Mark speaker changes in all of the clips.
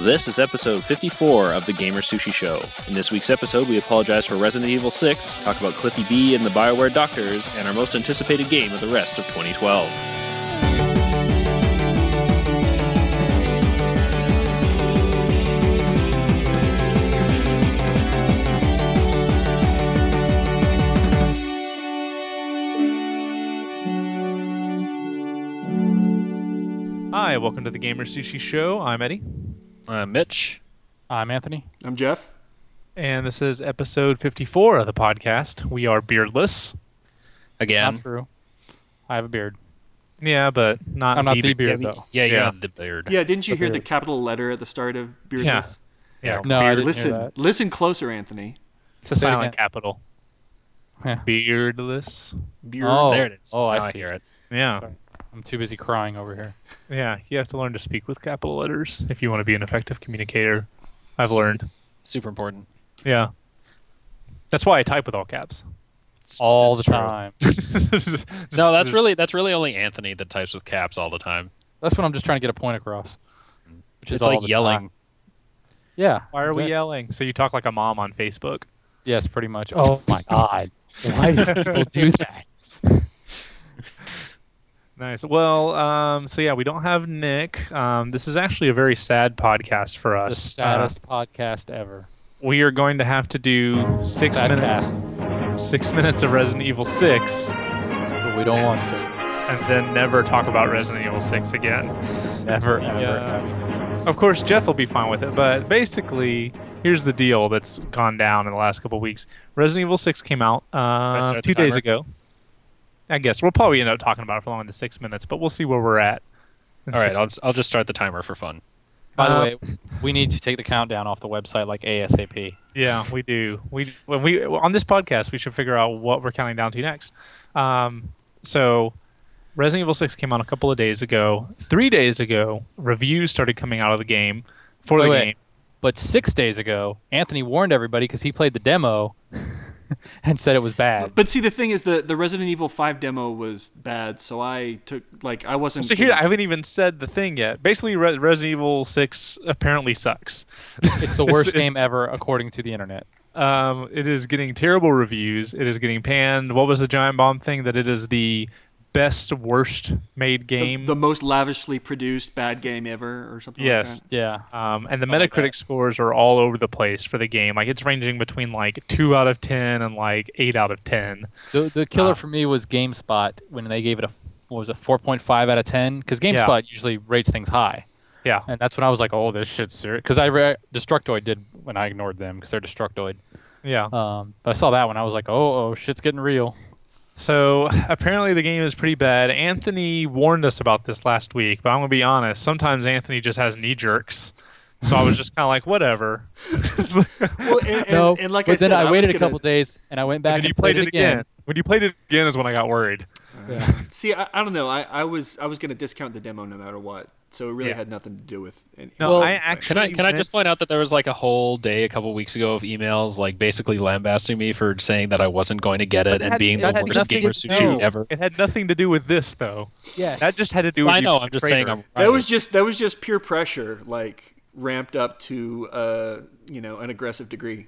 Speaker 1: This is episode 54 of the Gamer Sushi Show. In this week's episode, we apologize for Resident Evil 6, talk about Cliffy B and the BioWare Doctors, and our most anticipated game of the rest of 2012.
Speaker 2: Hi, welcome to the Gamer Sushi Show. I'm Eddie,
Speaker 1: Uh, Mitch?
Speaker 3: I'm Anthony.
Speaker 4: I'm Jeff.
Speaker 2: and this is episode 54 of the podcast. We are beardless.
Speaker 3: Not true. I have a beard.
Speaker 2: Yeah, but not
Speaker 3: I'm not the
Speaker 2: beard.
Speaker 3: beard though.
Speaker 1: Yeah,
Speaker 2: Yeah.
Speaker 1: the beard.
Speaker 4: Yeah, didn't you hear the
Speaker 3: beard.
Speaker 4: capital letter at the start of Beardless?
Speaker 2: Yeah. Yeah,
Speaker 3: No,
Speaker 2: beardless.
Speaker 3: I didn't hear
Speaker 4: Listen,
Speaker 3: that.
Speaker 4: listen closer, Anthony.
Speaker 2: It's a
Speaker 3: Say it
Speaker 2: silent
Speaker 3: again.
Speaker 2: capital.
Speaker 3: Yeah.
Speaker 2: Beardless.
Speaker 4: Beard.
Speaker 3: Oh,
Speaker 1: There it is.
Speaker 3: Oh, I
Speaker 1: Now I
Speaker 3: see
Speaker 1: hear
Speaker 3: it.
Speaker 2: Yeah,
Speaker 3: Sorry. I'm too busy crying over here.
Speaker 2: yeah. You have to learn to speak with capital letters if you want to be an effective communicator. I've learned.
Speaker 1: It's super important.
Speaker 2: Yeah, that's why I type with all caps.
Speaker 1: It's-
Speaker 3: All
Speaker 1: it's
Speaker 3: the
Speaker 1: true.
Speaker 3: time.
Speaker 1: No, that's really that's really only Anthony that types with caps all the time.
Speaker 3: That's what I'm just trying to get a point across. Which is
Speaker 1: It's
Speaker 3: all
Speaker 1: like
Speaker 3: the
Speaker 1: yelling.
Speaker 3: time. Yeah.
Speaker 2: Why are we
Speaker 3: exactly.
Speaker 2: yelling? So you talk like a mom on Facebook.
Speaker 3: Yes, pretty much. Oh my god. Why do people do that?
Speaker 2: Nice. Well, um, so yeah, we don't have Nick. Um, this is actually a very sad podcast for
Speaker 3: The
Speaker 2: us.
Speaker 3: saddest podcast ever.
Speaker 2: Uh, we are going to have to do six
Speaker 3: Sad
Speaker 2: minutes, six minutes of Resident Evil Six,
Speaker 3: But we don't want to.
Speaker 2: and then never talk about Resident Evil Six again.
Speaker 3: Never, ever,
Speaker 2: Yeah.
Speaker 3: ever.
Speaker 2: Of course, Jeff will be fine with it, but basically, here's the deal that's gone down in the last couple weeks. Resident Evil Six came out uh,
Speaker 1: start the
Speaker 2: two days
Speaker 1: timer?
Speaker 2: ago. I guess we'll probably end up talking about it for longer than six minutes, but we'll see where we're at. in
Speaker 1: All right,
Speaker 2: six
Speaker 1: I'll, I'll just start the timer for fun.
Speaker 3: By the
Speaker 2: Um,
Speaker 3: way, we need to take the countdown off the website like ASAP.
Speaker 2: Yeah, we do. We when we on this podcast, we should figure out what we're counting down to next. Um, so, Resident Evil Six came out a couple of days ago. Three days ago, reviews started coming out of the game for
Speaker 4: Oh,
Speaker 3: Wait,
Speaker 2: the
Speaker 3: wait.
Speaker 2: game.
Speaker 3: But six days ago, Anthony warned everybody because he played the demo and said it was bad.
Speaker 4: But see, the thing is, the the Resident Evil Five demo was bad, so I took like I wasn't.
Speaker 2: So here, I haven't even said the thing yet. Basically, Re- Resident Evil Six apparently sucks.
Speaker 3: It's the worst game ever, according to the internet.
Speaker 2: Um, it is getting terrible reviews. It is getting panned. What was the giant bomb thing? That it is the best worst made
Speaker 4: the,
Speaker 2: game.
Speaker 4: the most lavishly produced bad game ever, or something.
Speaker 2: yes,
Speaker 4: Like that.
Speaker 3: Yeah.
Speaker 2: Um, and the
Speaker 3: like
Speaker 2: Metacritic scores are all over the place for the game. Like it's ranging between like two out of ten and like eight out of ten.
Speaker 3: The, the killer
Speaker 2: Ah.
Speaker 3: for me was GameSpot when they gave it a what was it 4.5 out of 10 because GameSpot usually rates things high,
Speaker 2: Yeah,
Speaker 3: and that's when I was like, oh, this shit's serious. Because I re- Destructoid did when I ignored them because they're Destructoid.
Speaker 2: yeah.
Speaker 3: Um, but I saw that one, I was like, oh, oh, shit's getting real.
Speaker 2: So apparently the game is pretty bad. Anthony warned us about this last week, but I'm gonna be honest. Sometimes Anthony just has knee jerks. So I was just kind of like, whatever.
Speaker 4: Well, and, and,
Speaker 3: no,
Speaker 4: and like
Speaker 3: but
Speaker 4: I said,
Speaker 3: then I,
Speaker 4: was
Speaker 3: waited a
Speaker 4: gonna-
Speaker 3: couple days and I went back
Speaker 2: and
Speaker 3: and,
Speaker 2: then you played it again. When you played it again is when I got worried.
Speaker 4: See, I, I don't know. I, I was I was gonna discount the demo no matter what, so it really
Speaker 2: Yeah.
Speaker 4: had nothing to do with. Any,
Speaker 2: No,
Speaker 3: Well,
Speaker 2: I
Speaker 3: can
Speaker 2: actually
Speaker 1: Can I can I
Speaker 2: went-
Speaker 1: just point out that there was like a whole day a couple weeks ago of emails like basically lambasting me for saying that I wasn't going to get it and
Speaker 2: had-
Speaker 1: being
Speaker 2: that
Speaker 1: the
Speaker 2: had
Speaker 1: worst
Speaker 2: nothing
Speaker 1: gamer
Speaker 2: to
Speaker 1: sushi
Speaker 3: do-
Speaker 1: ever.
Speaker 2: It had nothing to do with this though.
Speaker 3: Yes.
Speaker 2: That just had to do with
Speaker 1: I
Speaker 2: you
Speaker 1: know.
Speaker 2: being a
Speaker 1: I'm just saying.
Speaker 2: traitor.
Speaker 1: I'm
Speaker 4: That
Speaker 1: right.
Speaker 4: was just that was just pure pressure, like ramped up to uh you know an aggressive degree.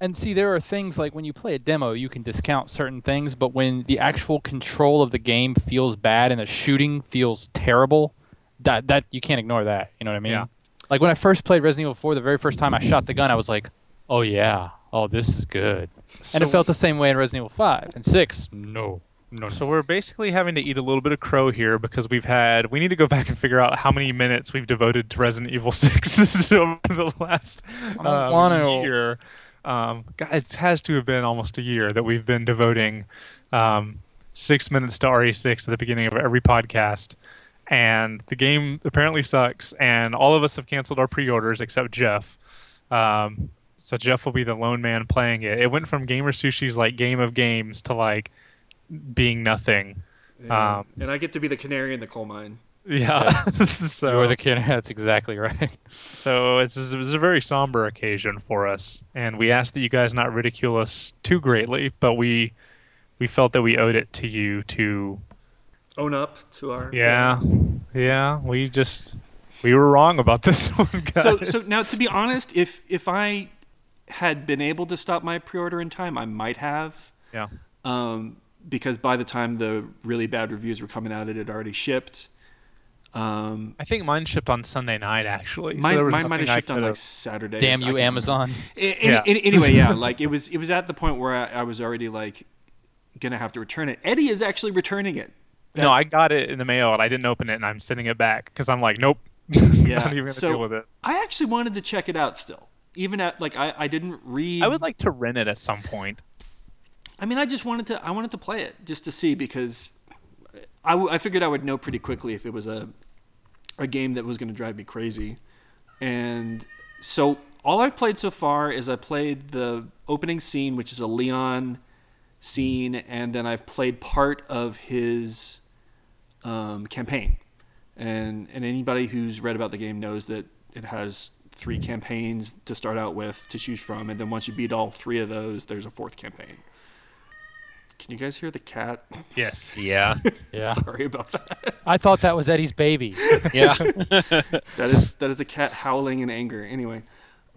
Speaker 3: And see, there are things like when you play a demo, you can discount certain things, but when the actual control of the game feels bad and the shooting feels terrible, that that you can't ignore that. You know what I mean?
Speaker 2: Yeah.
Speaker 3: Like when I first played Resident Evil 4, the very first time I shot the gun, I was like, "Oh yeah, oh this is good," and
Speaker 2: So-
Speaker 3: it felt the same way in Resident Evil 5 and 6. No, no, no.
Speaker 2: So we're basically having to eat a little bit of crow here because we've had. We need to go back and figure out how many minutes we've devoted to Resident Evil Six over the last
Speaker 3: don't
Speaker 2: um,
Speaker 3: wanna-
Speaker 2: year. Um, God, it has to have been almost a year that we've been devoting um, six minutes to RE6 at the beginning of every podcast, and the game apparently sucks. And all of us have canceled our pre-orders except Jeff. Um, so Jeff will be the lone man playing it. It went from Gamer Sushi's like game of games to like being nothing.
Speaker 4: Yeah.
Speaker 2: Um,
Speaker 4: and I get to be the canary in the coal mine.
Speaker 2: Yeah.
Speaker 3: you
Speaker 2: so,
Speaker 3: were the kid. That's exactly right.
Speaker 2: so it's, it was a very somber occasion for us, and we asked that you guys not ridicule us too greatly, but we we felt that we owed it to you to
Speaker 4: Own up to our
Speaker 2: yeah yeah we just We were wrong about this one, guys.
Speaker 4: So so now to be honest, if if I had been able to stop my pre-order in time, I might have.
Speaker 2: yeah.
Speaker 4: um, because by the time the really bad reviews were coming out, it had already shipped. Um,
Speaker 2: I think mine shipped on Sunday night, actually. so
Speaker 4: mine
Speaker 2: there was
Speaker 4: mine might have
Speaker 2: nothing I
Speaker 4: shipped on
Speaker 2: could've-
Speaker 4: like Saturday. or
Speaker 3: Damn
Speaker 4: so- I
Speaker 3: you,
Speaker 4: can't
Speaker 3: Amazon.
Speaker 4: remember. A- any-
Speaker 2: Yeah.
Speaker 4: any- anyway, yeah, like it was it was at the point where I, I was already like gonna have to return it. Eddie is actually returning it.
Speaker 2: No, I got it in the mail and I didn't open it and I'm sending it back because I'm like, nope. Yeah. Not even gonna
Speaker 4: so
Speaker 2: deal with it.
Speaker 4: I actually wanted to check it out still. Even at like I, I didn't read
Speaker 2: I would like to rent it at some point.
Speaker 4: I mean I just wanted to I wanted to play it just to see because I, w- I figured I would know pretty quickly if it was a a game that was going to drive me crazy. And so all I've played so far is I played the opening scene, which is a Leon scene, and then I've played part of his um, campaign. And and anybody who's read about the game knows that it has three campaigns to start out with to choose from, and then once you beat all three of those, there's a fourth campaign. Can you guys hear the cat?
Speaker 2: Yes.
Speaker 1: Yeah.
Speaker 3: Yeah.
Speaker 4: Sorry about that.
Speaker 3: I thought that was Eddie's baby.
Speaker 1: Yeah.
Speaker 4: That is that is a cat howling in anger. Anyway,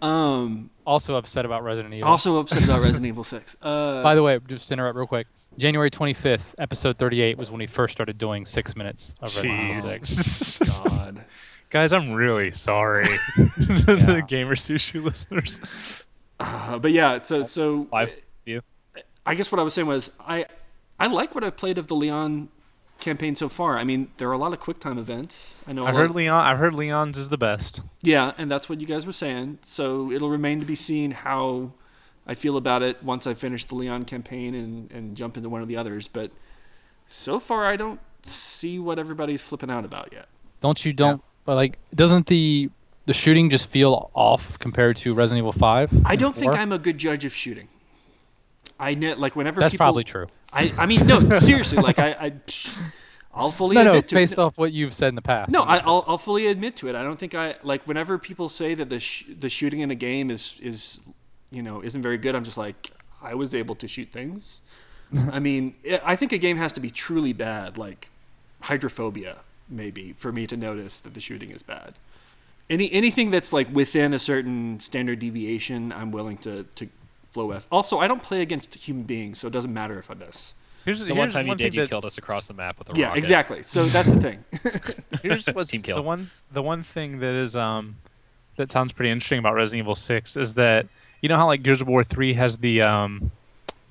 Speaker 4: um,
Speaker 3: Also upset about Resident Evil.
Speaker 4: also upset about Resident Evil Six. Uh,
Speaker 3: By the way, just to interrupt real quick. January 25th, episode 38 was when we first started doing six minutes
Speaker 4: Oh,
Speaker 3: of Resident Evil 6.
Speaker 2: Jeez.
Speaker 4: God,
Speaker 2: Guys, I'm really sorry to the Gamer Sushi listeners.
Speaker 4: Uh, but yeah. So so
Speaker 2: Five you.
Speaker 4: I guess what I was saying was I I like what I've played of the Leon campaign so far. I mean, there are a lot of QuickTime events. I know. a
Speaker 2: I've
Speaker 4: lot-
Speaker 2: heard Leon. I've heard Leon's is the best.
Speaker 4: Yeah, and that's what you guys were saying. So it'll remain to be seen how I feel about it once I finish the Leon campaign and and jump into one of the others. But so far, I don't see what everybody's flipping out about yet.
Speaker 3: Don't you don't but like doesn't the the shooting just feel off compared to Resident Evil 5?
Speaker 4: I don't think I'm a good judge of shooting. I know, like whenever
Speaker 3: That's
Speaker 4: people,
Speaker 3: probably true.
Speaker 4: I, I mean, no, seriously, like I, I I'll fully
Speaker 3: No, no,
Speaker 4: admit to
Speaker 3: based
Speaker 4: it.
Speaker 3: off what you've said in the past.
Speaker 4: No, I, I'll, I'll fully admit to it. I don't think I like whenever people say that the sh- the shooting in a game is is you know isn't very good. I'm just like I was able to shoot things. I mean, i I think a game has to be truly bad, like hydrophobia, maybe, for me to notice that the shooting is bad. Any anything that's like within a certain standard deviation, I'm willing to to flow with. Also, I don't play against human beings, so it doesn't matter if I miss.
Speaker 2: Here's,
Speaker 5: The
Speaker 2: here's
Speaker 5: one time you
Speaker 2: thing
Speaker 5: did, you
Speaker 2: that-
Speaker 5: killed us across the map with a
Speaker 4: Yeah,
Speaker 5: rocket.
Speaker 4: exactly. So that's the thing.
Speaker 2: Here's what's
Speaker 5: Team kill.
Speaker 2: the one the one thing that is um that sounds pretty interesting about Resident Evil Six is that you know how like Gears of War Three has the um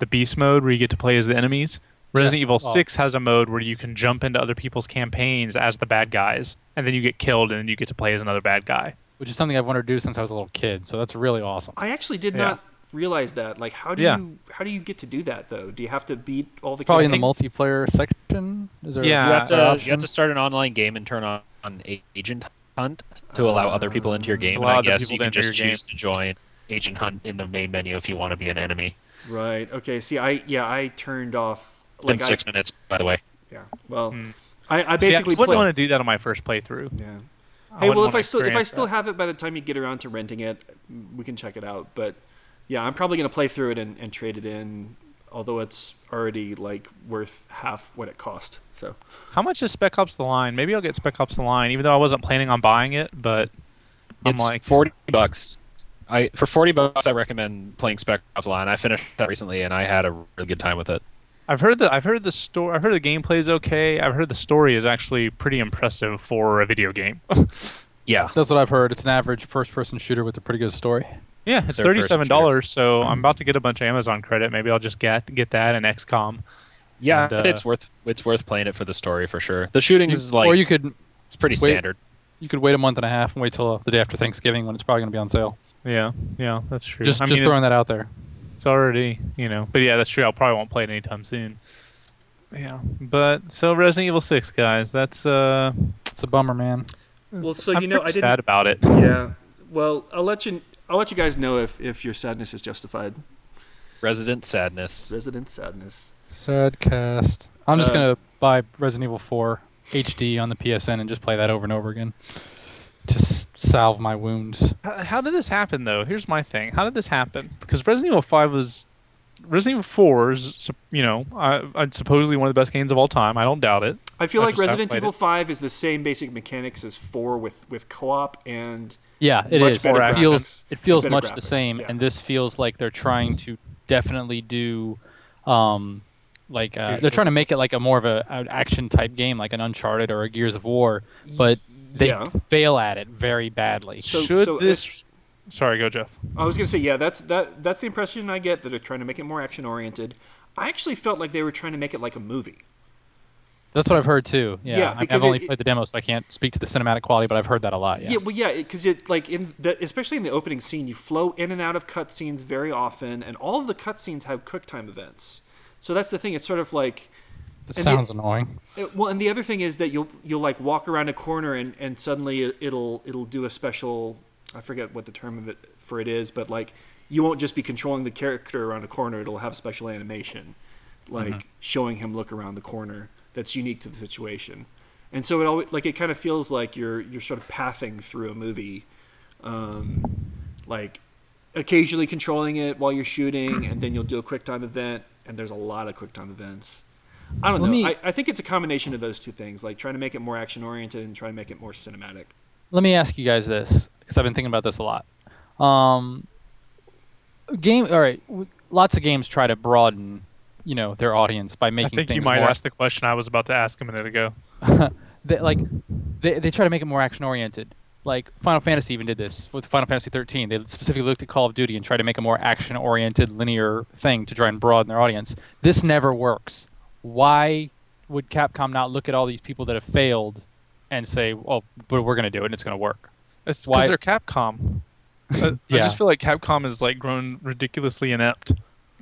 Speaker 2: the beast mode where you get to play as the enemies. Resident
Speaker 3: Yes.
Speaker 2: Evil
Speaker 3: Oh.
Speaker 2: Six has a mode where you can jump into other people's campaigns as the bad guys, and then you get killed, and then you get to play as another bad guy.
Speaker 3: which is something I've wanted to do since I was a little kid. So that's really awesome.
Speaker 4: I actually did
Speaker 2: Yeah.
Speaker 4: not realize that. Like, how do
Speaker 2: Yeah.
Speaker 4: you how do you get to do that though? Do you have to beat all the
Speaker 3: Probably in the
Speaker 4: campaigns?
Speaker 3: multiplayer section. Is there
Speaker 2: Yeah.
Speaker 5: You have,
Speaker 3: an
Speaker 5: to, you
Speaker 3: option?
Speaker 5: have
Speaker 2: um,
Speaker 5: to start an online game and turn on, on a- Agent Hunt to allow other people into your game. And
Speaker 2: allow
Speaker 5: I
Speaker 2: other
Speaker 5: guess
Speaker 2: people
Speaker 5: you
Speaker 2: uh, to
Speaker 5: can
Speaker 2: enter
Speaker 5: just
Speaker 2: your game.
Speaker 5: choose to join Agent Hunt in the main menu if you want to be an enemy.
Speaker 4: Right. Okay. See, I yeah, I turned off.
Speaker 5: It's been
Speaker 4: Like, I,
Speaker 5: six minutes, by the way.
Speaker 4: Yeah. Well,
Speaker 2: Hmm.
Speaker 4: I, I
Speaker 2: See, I
Speaker 4: basically
Speaker 2: wouldn't
Speaker 4: played.
Speaker 2: want to do that on my first playthrough. I
Speaker 4: yeah. Hey,
Speaker 2: wouldn't
Speaker 4: well, if
Speaker 2: wanna
Speaker 4: I still if I
Speaker 2: experience
Speaker 4: still
Speaker 2: that.
Speaker 4: have it by the time you get around to renting it, we can check it out. But yeah, I'm probably gonna play through it and, and trade it in, although it's already like worth half what it cost. So
Speaker 2: how much is Spec Ops: The Line? Maybe I'll get Spec Ops: The Line, even though I wasn't planning on buying it, but I'm
Speaker 5: it's
Speaker 2: like,
Speaker 5: forty bucks. I for forty bucks, I recommend playing Spec Ops: The Line. I finished that recently, and I had a really good time with it.
Speaker 2: I've heard the I've heard the story. I've heard the gameplay is okay. I've heard the story is actually pretty impressive for a video game.
Speaker 5: Yeah,
Speaker 3: That's what I've heard. It's an average first-person shooter with a pretty good story.
Speaker 2: yeah, it's
Speaker 5: They're very
Speaker 2: thirty-seven dollars. So I'm about to get a bunch of Amazon credit. Maybe I'll just get get that and XCOM.
Speaker 5: yeah,
Speaker 2: And, uh,
Speaker 5: it's worth it's worth playing it for the story for sure. The shooting is like
Speaker 3: or you could
Speaker 5: it's pretty
Speaker 3: wait.
Speaker 5: standard.
Speaker 3: you could wait a month and a half and wait till the day after Thanksgiving when it's probably going to be on sale.
Speaker 2: Yeah, yeah, that's true.
Speaker 3: Just
Speaker 2: I
Speaker 3: just
Speaker 2: mean,
Speaker 3: throwing that out there.
Speaker 2: it's already you know, but yeah, that's true. I probably won't play it anytime soon. Yeah, but so Resident Evil Six, guys. That's uh,
Speaker 3: It's a bummer, man.
Speaker 4: Hmm. well, so
Speaker 2: I'm
Speaker 4: you know, I
Speaker 2: pretty
Speaker 4: didn't.
Speaker 2: sad about it.
Speaker 4: Yeah. Well, I'll let you I'll let you guys know if if your sadness is justified.
Speaker 5: Resident Sadness.
Speaker 4: Resident sadness.
Speaker 3: Sad cast. I'm just
Speaker 4: Uh,
Speaker 3: going to buy Resident Evil 4 HD on the PSN and just play that over and over again. To s- salve my wounds.
Speaker 2: How, how did this happen though? Here's my thing. How did this happen? Because Resident Evil Five was Resident Evil Four is sup- you know I, I supposedly one of the best games of all time. I don't doubt it.
Speaker 4: I feel
Speaker 2: I
Speaker 4: like
Speaker 2: just haven't
Speaker 4: Resident
Speaker 2: played
Speaker 4: Evil
Speaker 2: it.
Speaker 4: Five is the same basic mechanics as Four with with co-op and
Speaker 3: Yeah, it
Speaker 4: Much
Speaker 3: is.
Speaker 4: better
Speaker 3: It feels
Speaker 4: graphics.
Speaker 3: it feels
Speaker 4: Better
Speaker 3: much the
Speaker 4: graphics,
Speaker 3: same,
Speaker 4: yeah.
Speaker 3: and this feels like they're trying to definitely do, um, like uh, they're trying to make it like a more of a an action type game, like an Uncharted or a Gears of War, but they
Speaker 4: yeah.
Speaker 3: fail at it very badly.
Speaker 4: So-
Speaker 2: Should
Speaker 4: so
Speaker 2: this? Sorry, go Jeff.
Speaker 4: I was gonna say yeah. That's that. That's the impression I get that they're trying to make it more action oriented. I actually felt like they were trying to make it like a movie.
Speaker 3: That's what I've heard too. Yeah,
Speaker 4: Yeah,
Speaker 3: I mean,
Speaker 4: because
Speaker 3: I've only
Speaker 4: it-
Speaker 3: played the demo, so I can't speak to the cinematic quality, but I've heard that a lot. Yeah,
Speaker 4: Yeah, well, yeah, because it, like in the especially in the opening scene, you flow in and out of cutscenes very often, and all of the cutscenes have quick time events. So that's the thing. It's sort of like
Speaker 3: that
Speaker 4: and the-
Speaker 3: sounds annoying.
Speaker 4: It- Uh, well, and the other thing is that you'll you'll like walk around a corner and and suddenly it- it'll it'll do a special I forget what the term of it for it is, but like you won't just be controlling the character around a corner. It'll have a special animation, like showing him look around the corner that's unique to the situation. And so it always like it kind of feels like you're you're sort of pathing through a movie, um, like occasionally controlling it while you're shooting, and then you'll do a quick time event. And there's a lot of quick time events. I don't
Speaker 3: Let
Speaker 4: know.
Speaker 3: me-
Speaker 4: I, I think it's a combination of those two things, like trying to make it more action oriented and trying to make it more cinematic.
Speaker 3: Let me ask you guys this, because I've been thinking about this a lot. Um, game. All right, w- lots of games try to broaden, you know, their audience by making
Speaker 2: I think
Speaker 3: things
Speaker 2: you might
Speaker 3: more
Speaker 2: ask the question I was about to ask a minute ago.
Speaker 3: they, like they, they try to make it more action oriented. Like Final Fantasy even did this with Final Fantasy 13. They specifically looked at Call of Duty and tried to make a more action oriented linear thing to try and broaden their audience. This never works. Why would Capcom not look at all these people that have failed and say, "Oh, but we're going to do it and it's going to work."
Speaker 2: It's
Speaker 3: Why-
Speaker 2: because they're Capcom. I, I
Speaker 3: Yeah.
Speaker 2: just feel like Capcom has like grown ridiculously inept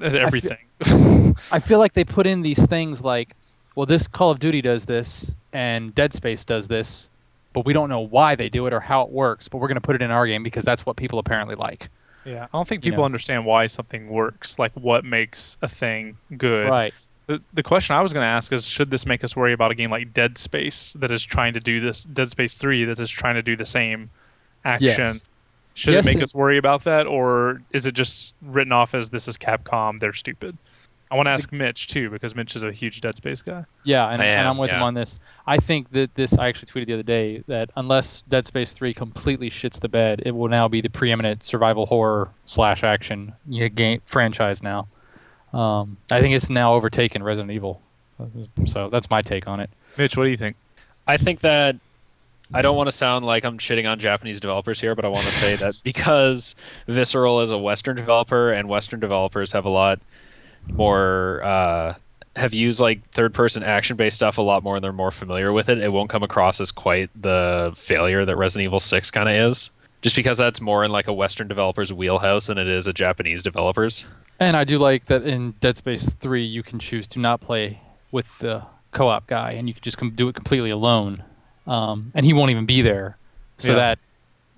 Speaker 2: at everything.
Speaker 3: I feel like they put in these things like, well, this Call of Duty does this and Dead Space does this, but we don't know why they do it or how it works, but we're going to put it in our game because that's what people apparently like.
Speaker 2: yeah, I don't think
Speaker 3: You
Speaker 2: people
Speaker 3: know.
Speaker 2: understand why something works. Like what makes a thing good.
Speaker 3: Right.
Speaker 2: The, the question I was going to ask is should this make us worry about a game like Dead Space that is trying to do this Dead Space 3 that is trying to do the same action?
Speaker 3: Yes.
Speaker 2: Should
Speaker 3: Yes,
Speaker 2: it make
Speaker 3: it-
Speaker 2: us worry about that or is it just written off as this is Capcom, they're stupid? I want to ask Mitch too because Mitch is a huge Dead Space guy.
Speaker 3: Yeah, and,
Speaker 5: I
Speaker 3: and
Speaker 5: am,
Speaker 3: I'm with him
Speaker 5: yeah.
Speaker 3: on this. I think that this I actually tweeted the other day that unless Dead Space three completely shits the bed, it will now be the preeminent survival horror slash action yeah, game franchise now. Um, I think it's now overtaken Resident Evil. So that's my take on it.
Speaker 2: Mitch, what do you think?
Speaker 5: I think that I don't want to sound like I'm shitting on Japanese developers here, but I want to say that because Visceral is a Western developer and Western developers have a lot more uh, have used like third person action based stuff a lot more and they're more familiar with it, it won't come across as quite the failure that Resident Evil 6 kind of is. Just because that's more in like a Western developer's wheelhouse than it is a Japanese developer's.
Speaker 3: And I do like that in Dead Space three, you can choose to not play with the co-op guy, and you can just com- do it completely alone, um, and he won't even be there. So
Speaker 2: Yeah.
Speaker 3: that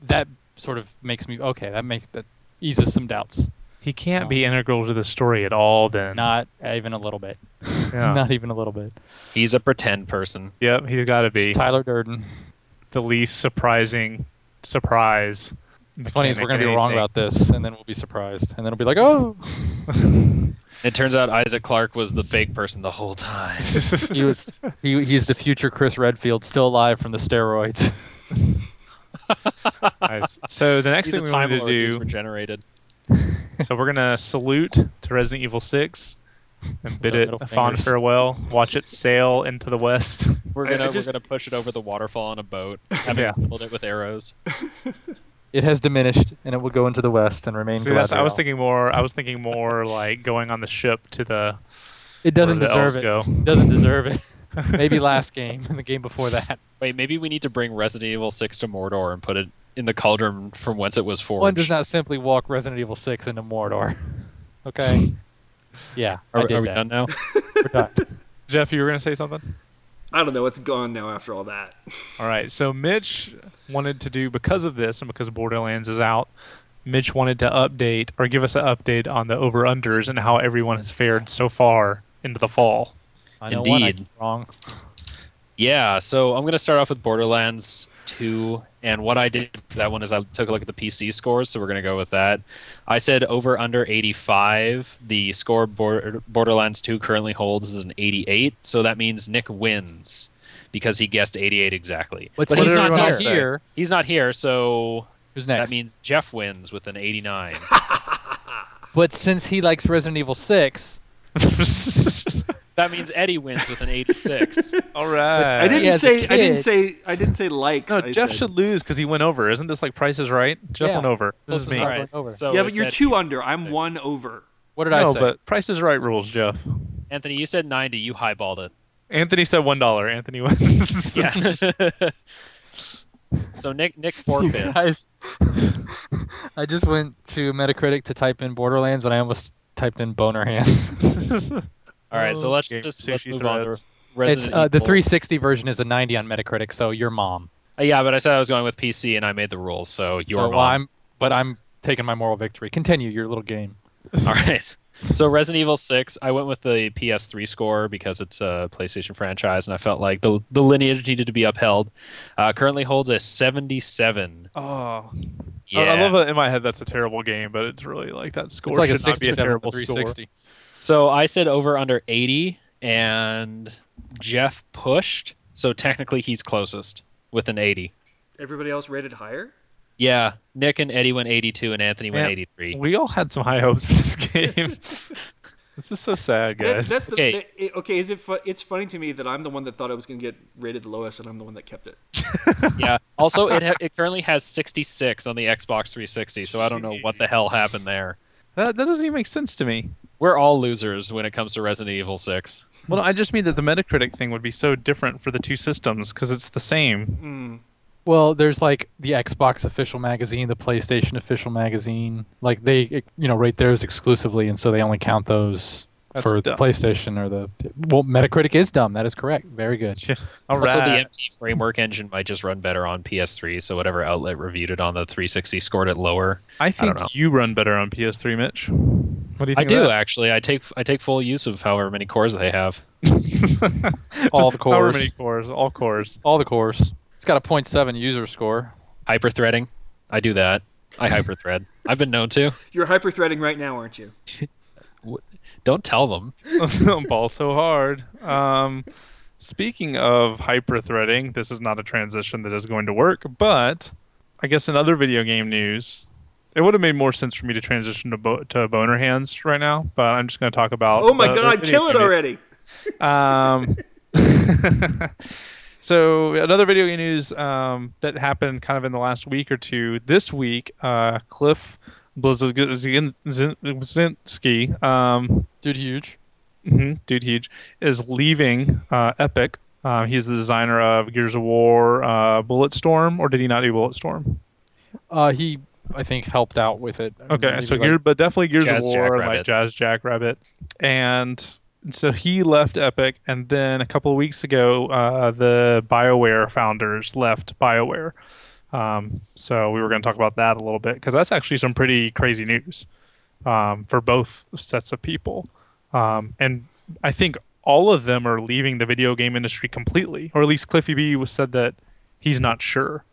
Speaker 3: that sort of makes me okay. That makes that eases some doubts.
Speaker 2: He can't
Speaker 3: No.
Speaker 2: be integral to the story at all then.
Speaker 3: Um, Not even a little bit.
Speaker 2: Yeah.
Speaker 3: Not even a little bit.
Speaker 5: He's a pretend person.
Speaker 2: Yep, he's got to
Speaker 3: It's
Speaker 2: be
Speaker 3: Tyler Durden.
Speaker 2: the least surprising surprise.
Speaker 3: It's funny is we're gonna
Speaker 2: mechanic
Speaker 3: be
Speaker 2: in
Speaker 3: wrong
Speaker 2: anything.
Speaker 3: about this, and then we'll be surprised, and then it'll be like, oh,
Speaker 5: It turns out Isaac Clarke was the fake person the whole time.
Speaker 3: he was he, he's the future Chris Redfield, still alive from the steroids.
Speaker 2: Nice. So the next
Speaker 5: He's a
Speaker 2: thing we
Speaker 5: time
Speaker 2: wanted
Speaker 5: lord.
Speaker 2: to
Speaker 5: He's
Speaker 2: do
Speaker 5: regenerated.
Speaker 2: so we're gonna salute to Resident Evil Six and bid
Speaker 3: our
Speaker 2: it
Speaker 3: middle
Speaker 2: a fond
Speaker 3: fingers.
Speaker 2: farewell. Watch it sail into the west.
Speaker 5: We're
Speaker 4: I- I
Speaker 5: gonna
Speaker 4: just-
Speaker 5: we're gonna push it over the waterfall on a boat, having
Speaker 2: Yeah.
Speaker 5: filled it with arrows.
Speaker 3: It has diminished, and it will go into the west and remain.
Speaker 2: See, that's, I was
Speaker 3: Galadriel.
Speaker 2: thinking more. I was thinking more like going on the ship to the.
Speaker 3: It doesn't
Speaker 2: where the elves
Speaker 3: deserve it.
Speaker 2: go.
Speaker 3: Doesn't deserve it. Maybe last game and the game before that.
Speaker 5: Wait, maybe we need to bring Resident Evil Six to Mordor and put it in the cauldron from whence it was forged.
Speaker 3: One does not simply walk Resident Evil 6 into Mordor. Okay. Yeah,
Speaker 5: Are,
Speaker 3: I did
Speaker 5: are we
Speaker 3: that.
Speaker 5: done now?
Speaker 3: We're done.
Speaker 2: Jeff, you were gonna say something.
Speaker 4: I don't know. It's gone now after all that.
Speaker 2: All right. So Mitch wanted to do because of this and because Borderlands is out. Mitch wanted to update or give us an update on the over unders and how everyone has fared so far into the fall.
Speaker 3: I know one I
Speaker 5: Indeed.
Speaker 3: did wrong.
Speaker 5: yeah. So I'm gonna start off with Borderlands Two And what I did for that one is I took a look at the PC scores, so we're going to go with that. I said over under 85. The score Bor- Borderlands 2 currently holds is an 88, so that means Nick wins because he guessed 88 exactly.
Speaker 3: What's
Speaker 5: but
Speaker 3: what
Speaker 5: he's
Speaker 3: did
Speaker 5: not
Speaker 3: everyone else
Speaker 5: here.
Speaker 3: say?
Speaker 5: He's not here, so
Speaker 3: Who's next?
Speaker 5: that means Jeff wins with an 89.
Speaker 3: but since he likes Resident Evil 6,
Speaker 5: that means Eddie wins with an 86.
Speaker 2: All right.
Speaker 4: I didn't
Speaker 3: as a
Speaker 4: say. I didn't
Speaker 3: kid-
Speaker 4: say. I didn't say likes.
Speaker 2: No,
Speaker 4: I
Speaker 2: Jeff
Speaker 4: said-
Speaker 2: should lose because he went over. Isn't this like Price is Right? Jeff
Speaker 3: Yeah.
Speaker 2: went over. This is
Speaker 3: Close
Speaker 2: me.
Speaker 3: enough.
Speaker 5: All right,
Speaker 3: Over.
Speaker 5: so
Speaker 4: yeah, but
Speaker 5: it's
Speaker 4: you're
Speaker 5: Eddie.
Speaker 4: two under. I'm one over.
Speaker 3: what did I
Speaker 2: No,
Speaker 3: say?
Speaker 2: but Price is Right rules, Jeff.
Speaker 5: Anthony, you said 90. You highballed it.
Speaker 2: Anthony said one dollar. Anthony wins.
Speaker 5: Yeah. so Nick Nick forfeits.
Speaker 3: Guys, I just went to Metacritic to type in Borderlands, and I almost typed in boner hands.
Speaker 5: All right, so let's
Speaker 2: Game
Speaker 5: just let's
Speaker 2: sushi
Speaker 5: move on to
Speaker 2: threads.
Speaker 5: Resident
Speaker 3: it's uh, the
Speaker 5: Evil.
Speaker 3: 360 version is a 90 on Metacritic, so your mom.
Speaker 5: Uh, yeah, but I said I was going with PC, and I made the rules, so
Speaker 3: so,
Speaker 5: you're
Speaker 3: well, I'm, but I'm taking my moral victory. Continue your little game.
Speaker 5: All right. So Resident Evil 6, I went with the PS3 score because it's a PlayStation franchise, and I felt like the the lineage needed to be upheld. Uh, currently holds a 77.
Speaker 2: Oh,
Speaker 5: Yeah.
Speaker 2: I, I love that in my head. That's a terrible game, but it's really like that score
Speaker 3: it's like
Speaker 2: should
Speaker 3: a
Speaker 2: not be a
Speaker 3: 67
Speaker 2: terrible
Speaker 3: for
Speaker 2: score.
Speaker 3: 360.
Speaker 5: So I said over under 80, and Jeff pushed. So technically, he's closest with an 80.
Speaker 4: Everybody else rated higher.
Speaker 5: Yeah, Nick and Eddie went 82, and Anthony went
Speaker 2: Man,
Speaker 5: 83.
Speaker 2: We all had some high hopes for this game. this is so sad,
Speaker 4: That-
Speaker 2: guys.
Speaker 4: that's the,
Speaker 5: Okay.
Speaker 4: okay. It, okay, is it? Fu- it's funny to me that I'm the one that thought I was going to get rated the lowest, and I'm the one that kept it.
Speaker 5: yeah. Also, it ha- it currently has 66 on the Xbox 360, so I don't know what the hell happened there.
Speaker 2: that, that doesn't even make sense to me.
Speaker 5: We're all losers when it comes to Resident Evil 6.
Speaker 2: Well, I just mean that the Metacritic thing would be so different for the two systems because it's the same.
Speaker 4: Mm.
Speaker 3: Well, there's like the Xbox official magazine, the PlayStation official magazine. Like they, you know, rate theirs exclusively, and so they only count those
Speaker 2: That's
Speaker 3: for
Speaker 2: dumb.
Speaker 3: the PlayStation or the. Well, Metacritic is dumb. That is correct. Very good.
Speaker 2: All
Speaker 5: Also, the
Speaker 2: right.
Speaker 5: MT framework engine might just run better on PS3, so whatever outlet reviewed it on the 360 scored it lower.
Speaker 2: I
Speaker 5: don't
Speaker 2: think
Speaker 5: know.
Speaker 2: you run better on PS3, Mitch. What do you think?
Speaker 5: I
Speaker 2: of
Speaker 5: do
Speaker 2: that?
Speaker 5: actually. I take I take full use of however many cores they have.
Speaker 3: All the
Speaker 2: Just However
Speaker 3: cores.
Speaker 2: many cores? All cores.
Speaker 3: All the cores. It's got a 0.7 user score.
Speaker 5: Hyper threading, I do that. I hyper thread. I've been known to.
Speaker 4: You're hyper threading right now, aren't you?
Speaker 5: Don't tell them.
Speaker 2: Ball so hard. Um, speaking of hyper threading, this is not a transition that is going to work, but I guess in other video game news, it would have made more sense for me to transition to, bo- to boner hands right now, but I'm just going to talk about.
Speaker 4: Oh my
Speaker 2: the- the
Speaker 4: god,
Speaker 2: video
Speaker 4: kill it
Speaker 2: game news.
Speaker 4: already!
Speaker 2: Um, so another video game news um, that happened kind of in the last week or two. This week, uh, Cliff Blazinski, um,
Speaker 3: Dude, huge.
Speaker 2: mhm, dude huge, is leaving uh, Epic. Uh, he's the designer of Gears of War, uh, Bulletstorm, or did he not do Bulletstorm?
Speaker 3: Uh, he, I think, helped out with it.
Speaker 2: Okay, so
Speaker 3: Maybe,
Speaker 2: Gear,
Speaker 3: like,
Speaker 2: but definitely Gears
Speaker 5: Jazz
Speaker 2: of War, like
Speaker 5: Jackrabbit.
Speaker 2: Jazz Jackrabbit, and so he left Epic, and then a couple of weeks ago, uh, the Bioware founders left Bioware. Um, so we were going to talk about that a little bit because that's actually some pretty crazy news um, for both sets of people, um, and I think all of them are leaving the video game industry completely, or at least Cliffy B was said that he's not sure.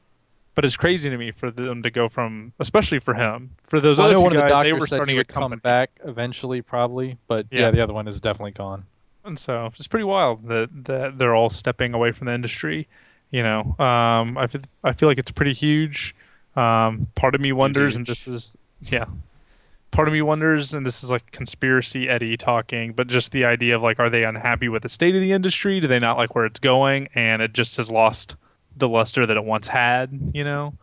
Speaker 2: But it's crazy to me for them to go from, especially for him, for those
Speaker 3: I
Speaker 2: other
Speaker 3: know
Speaker 2: two
Speaker 3: one of the
Speaker 2: guys,
Speaker 3: doctors
Speaker 2: they were
Speaker 3: said he
Speaker 2: starting a
Speaker 3: would come
Speaker 2: company,
Speaker 3: back eventually, probably, but yeah.
Speaker 2: Yeah.
Speaker 3: the other one is definitely gone.
Speaker 2: and so it's pretty wild that that they're all stepping away from the industry. You know, um, I feel, I feel like it's pretty huge. Um, part of me wonders, and this is yeah, part of me wonders, and this is like conspiracy Eddie talking, but just the idea of like, are they unhappy with the state of the industry? Do they not like where it's going? And it just has lost the luster that it once had, you know?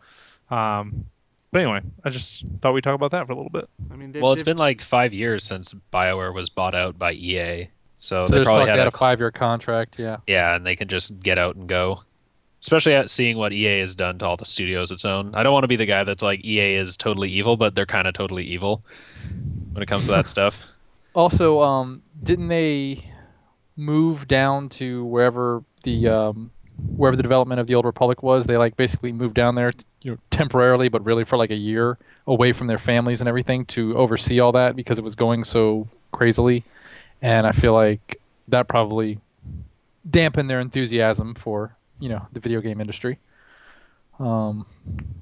Speaker 2: Um, but anyway, I just thought we'd talk about that for a little bit.
Speaker 4: I mean, they,
Speaker 5: Well, it's
Speaker 4: they've-
Speaker 5: been like five years since Bioware was bought out by EA,
Speaker 2: Oh,
Speaker 5: so,
Speaker 3: so
Speaker 5: they
Speaker 3: they're
Speaker 5: probably
Speaker 3: talking
Speaker 5: had
Speaker 3: about
Speaker 5: a
Speaker 3: a five-year contract. Yeah.
Speaker 5: Yeah, and they can just get out and go. Especially at seeing what EA has done to all the studios its own. I don't want to be the guy that's like EA is totally evil, but they're kind of totally evil when it comes to that stuff.
Speaker 3: Also, um, didn't they move down to wherever the um, wherever the development of the Old Republic was? They like basically moved down there, t- you know, temporarily, but really for like a year away from their families and everything to oversee all that because it was going so crazily. And I feel like that probably dampened their enthusiasm for you know the video game industry. Um,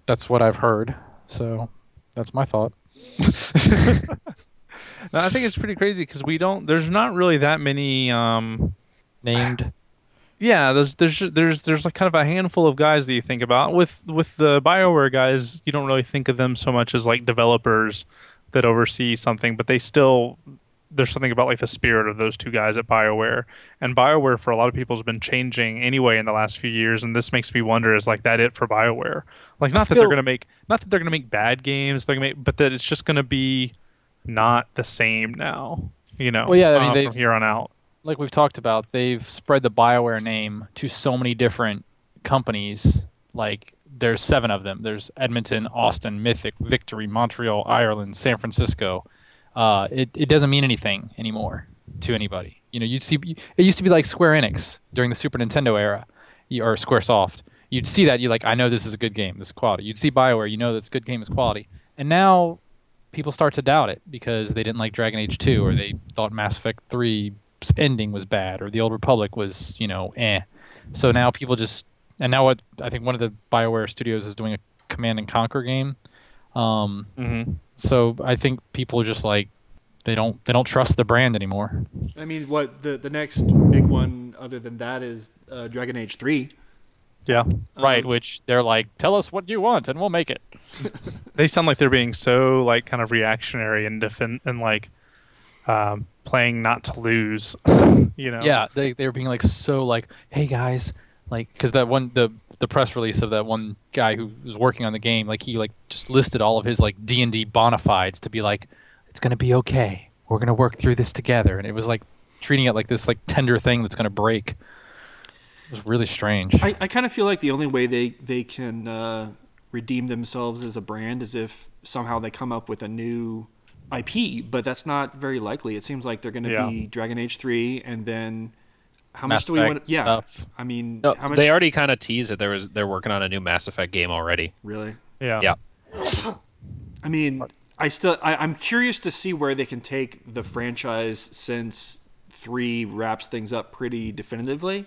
Speaker 3: that's what I've heard. So that's my thought.
Speaker 2: No, I think it's pretty crazy because we don't. There's not really that many. Um,
Speaker 3: Named.
Speaker 2: yeah, there's there's there's there's like kind of a handful of guys that you think about with with the Bioware guys. You don't really think of them so much as like developers that oversee something, but they still there's something about like the spirit of those two guys at Bioware. And Bioware for a lot of people has been changing anyway in the last few years, and this makes me wonder is like that it for Bioware? Like not that they're
Speaker 3: feel-
Speaker 2: gonna make not that they're gonna make bad games, they're gonna make, but that it's just gonna be not the same now. You know,
Speaker 3: Well, yeah, I mean,
Speaker 2: uh,
Speaker 3: they've-
Speaker 2: from here on out.
Speaker 3: like we've talked about, they've spread the Bioware name to so many different companies. Like there's seven of them. There's Edmonton, Austin, Mythic, Victory, Montreal, Ireland, San Francisco. Uh, it it doesn't mean anything anymore to anybody. You know, you'd see it used to be like Square Enix during the Super Nintendo era, you- or SquareSoft. You'd see that you're like, I know this is a good game, this is quality. You'd see Bioware, you know this good game is quality. And now people start to doubt it because they didn't like Dragon Age 2 or they thought Mass Effect 3's ending was bad or the Old Republic was, you know, eh. So now people just and now what I think one of the BioWare studios is doing a Command and Conquer game. Um,
Speaker 2: Mm-hmm.
Speaker 3: so I think people are just like they don't they don't trust the brand anymore.
Speaker 4: I mean, what the the next big one other than that is uh, Dragon Age Three.
Speaker 2: Yeah,
Speaker 3: right,
Speaker 4: Um,
Speaker 3: which they're like tell us what you want and we'll make it.
Speaker 2: they sound like they're being so like kind of reactionary and defend and like um, playing not to lose. you know.
Speaker 3: Yeah, they they were being like so like, hey guys, like because that one the the press release of that one guy who was working on the game, like he like just listed all of his like D and D bona fides to be like, it's gonna be okay. We're gonna work through this together, and it was like treating it like this like tender thing that's gonna break. It was really strange.
Speaker 4: I, I kind of feel like the only way they they can uh, redeem themselves as a brand is if somehow they come up with a new IP, but that's not very likely. It seems like they're going to
Speaker 2: Yeah.
Speaker 4: be Dragon Age Three, and then how
Speaker 3: Mass
Speaker 4: much do we want?
Speaker 3: Effect
Speaker 4: Yeah,
Speaker 3: stuff.
Speaker 4: I mean,
Speaker 5: No,
Speaker 4: how much?
Speaker 5: They already kind of teased that there was they're working on a new Mass Effect game already.
Speaker 4: really.
Speaker 2: Yeah.
Speaker 5: Yeah.
Speaker 4: I mean, I still I, I'm curious to see where they can take the franchise since three wraps things up pretty definitively.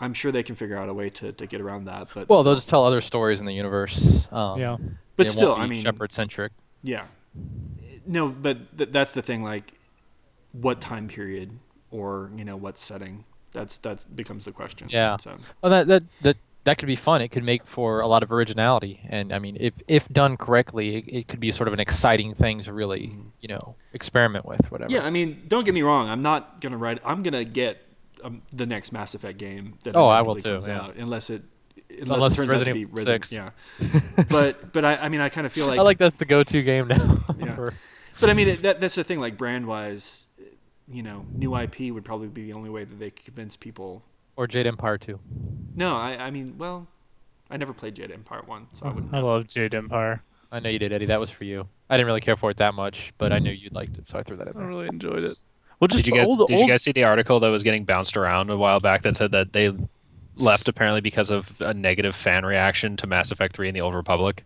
Speaker 4: I'm sure they can figure out a way to, to get around that, but
Speaker 3: Well,
Speaker 4: still,
Speaker 3: they'll just tell other stories in the universe. Um,
Speaker 2: Yeah.
Speaker 4: but
Speaker 3: it
Speaker 4: still,
Speaker 3: won't be
Speaker 4: I mean,
Speaker 3: Shepard centric.
Speaker 4: yeah, no, but th- that's the thing. Like, what time period or you know what setting? That's that becomes the question.
Speaker 3: Yeah.
Speaker 4: So
Speaker 3: Well, that that that that could be fun. It could make for a lot of originality, and I mean, if if done correctly, it, it could be sort of an exciting thing to really,
Speaker 2: Mm-hmm.
Speaker 3: you know, experiment with. Whatever.
Speaker 4: yeah, I mean, don't get me wrong. I'm not gonna write. I'm gonna get um, the next Mass Effect game that
Speaker 3: Oh, I will
Speaker 4: inevitably
Speaker 3: too,
Speaker 4: comes
Speaker 3: yeah.
Speaker 4: out, unless it unless,
Speaker 3: unless
Speaker 4: it
Speaker 3: it's
Speaker 4: turns out to
Speaker 3: Resident
Speaker 4: be
Speaker 3: Evil
Speaker 4: Resident.
Speaker 3: 6.
Speaker 4: Yeah. but but I, I mean I kind of feel like,
Speaker 3: I like that's the go-to game now.
Speaker 4: Yeah.
Speaker 3: For-
Speaker 4: but I mean it, that that's the thing like brand wise, you know, new IP would probably be the only way that they could convince people.
Speaker 3: or Jade Empire 2.
Speaker 4: No, I I mean well, I never played Jade Empire one, so I wouldn't.
Speaker 2: I love Jade Empire.
Speaker 3: I know you did, Eddie. That was for you. I didn't really care for it that much, but I knew you liked it, so I threw that in
Speaker 2: I
Speaker 3: there.
Speaker 2: Mm-hmm. really enjoyed it. Well, just
Speaker 5: Did you guys
Speaker 2: all the
Speaker 5: did you
Speaker 2: old-
Speaker 5: guys see the article that was getting bounced around a while back that said that they left apparently because of a negative fan reaction to Mass Effect 3 in the Old Republic?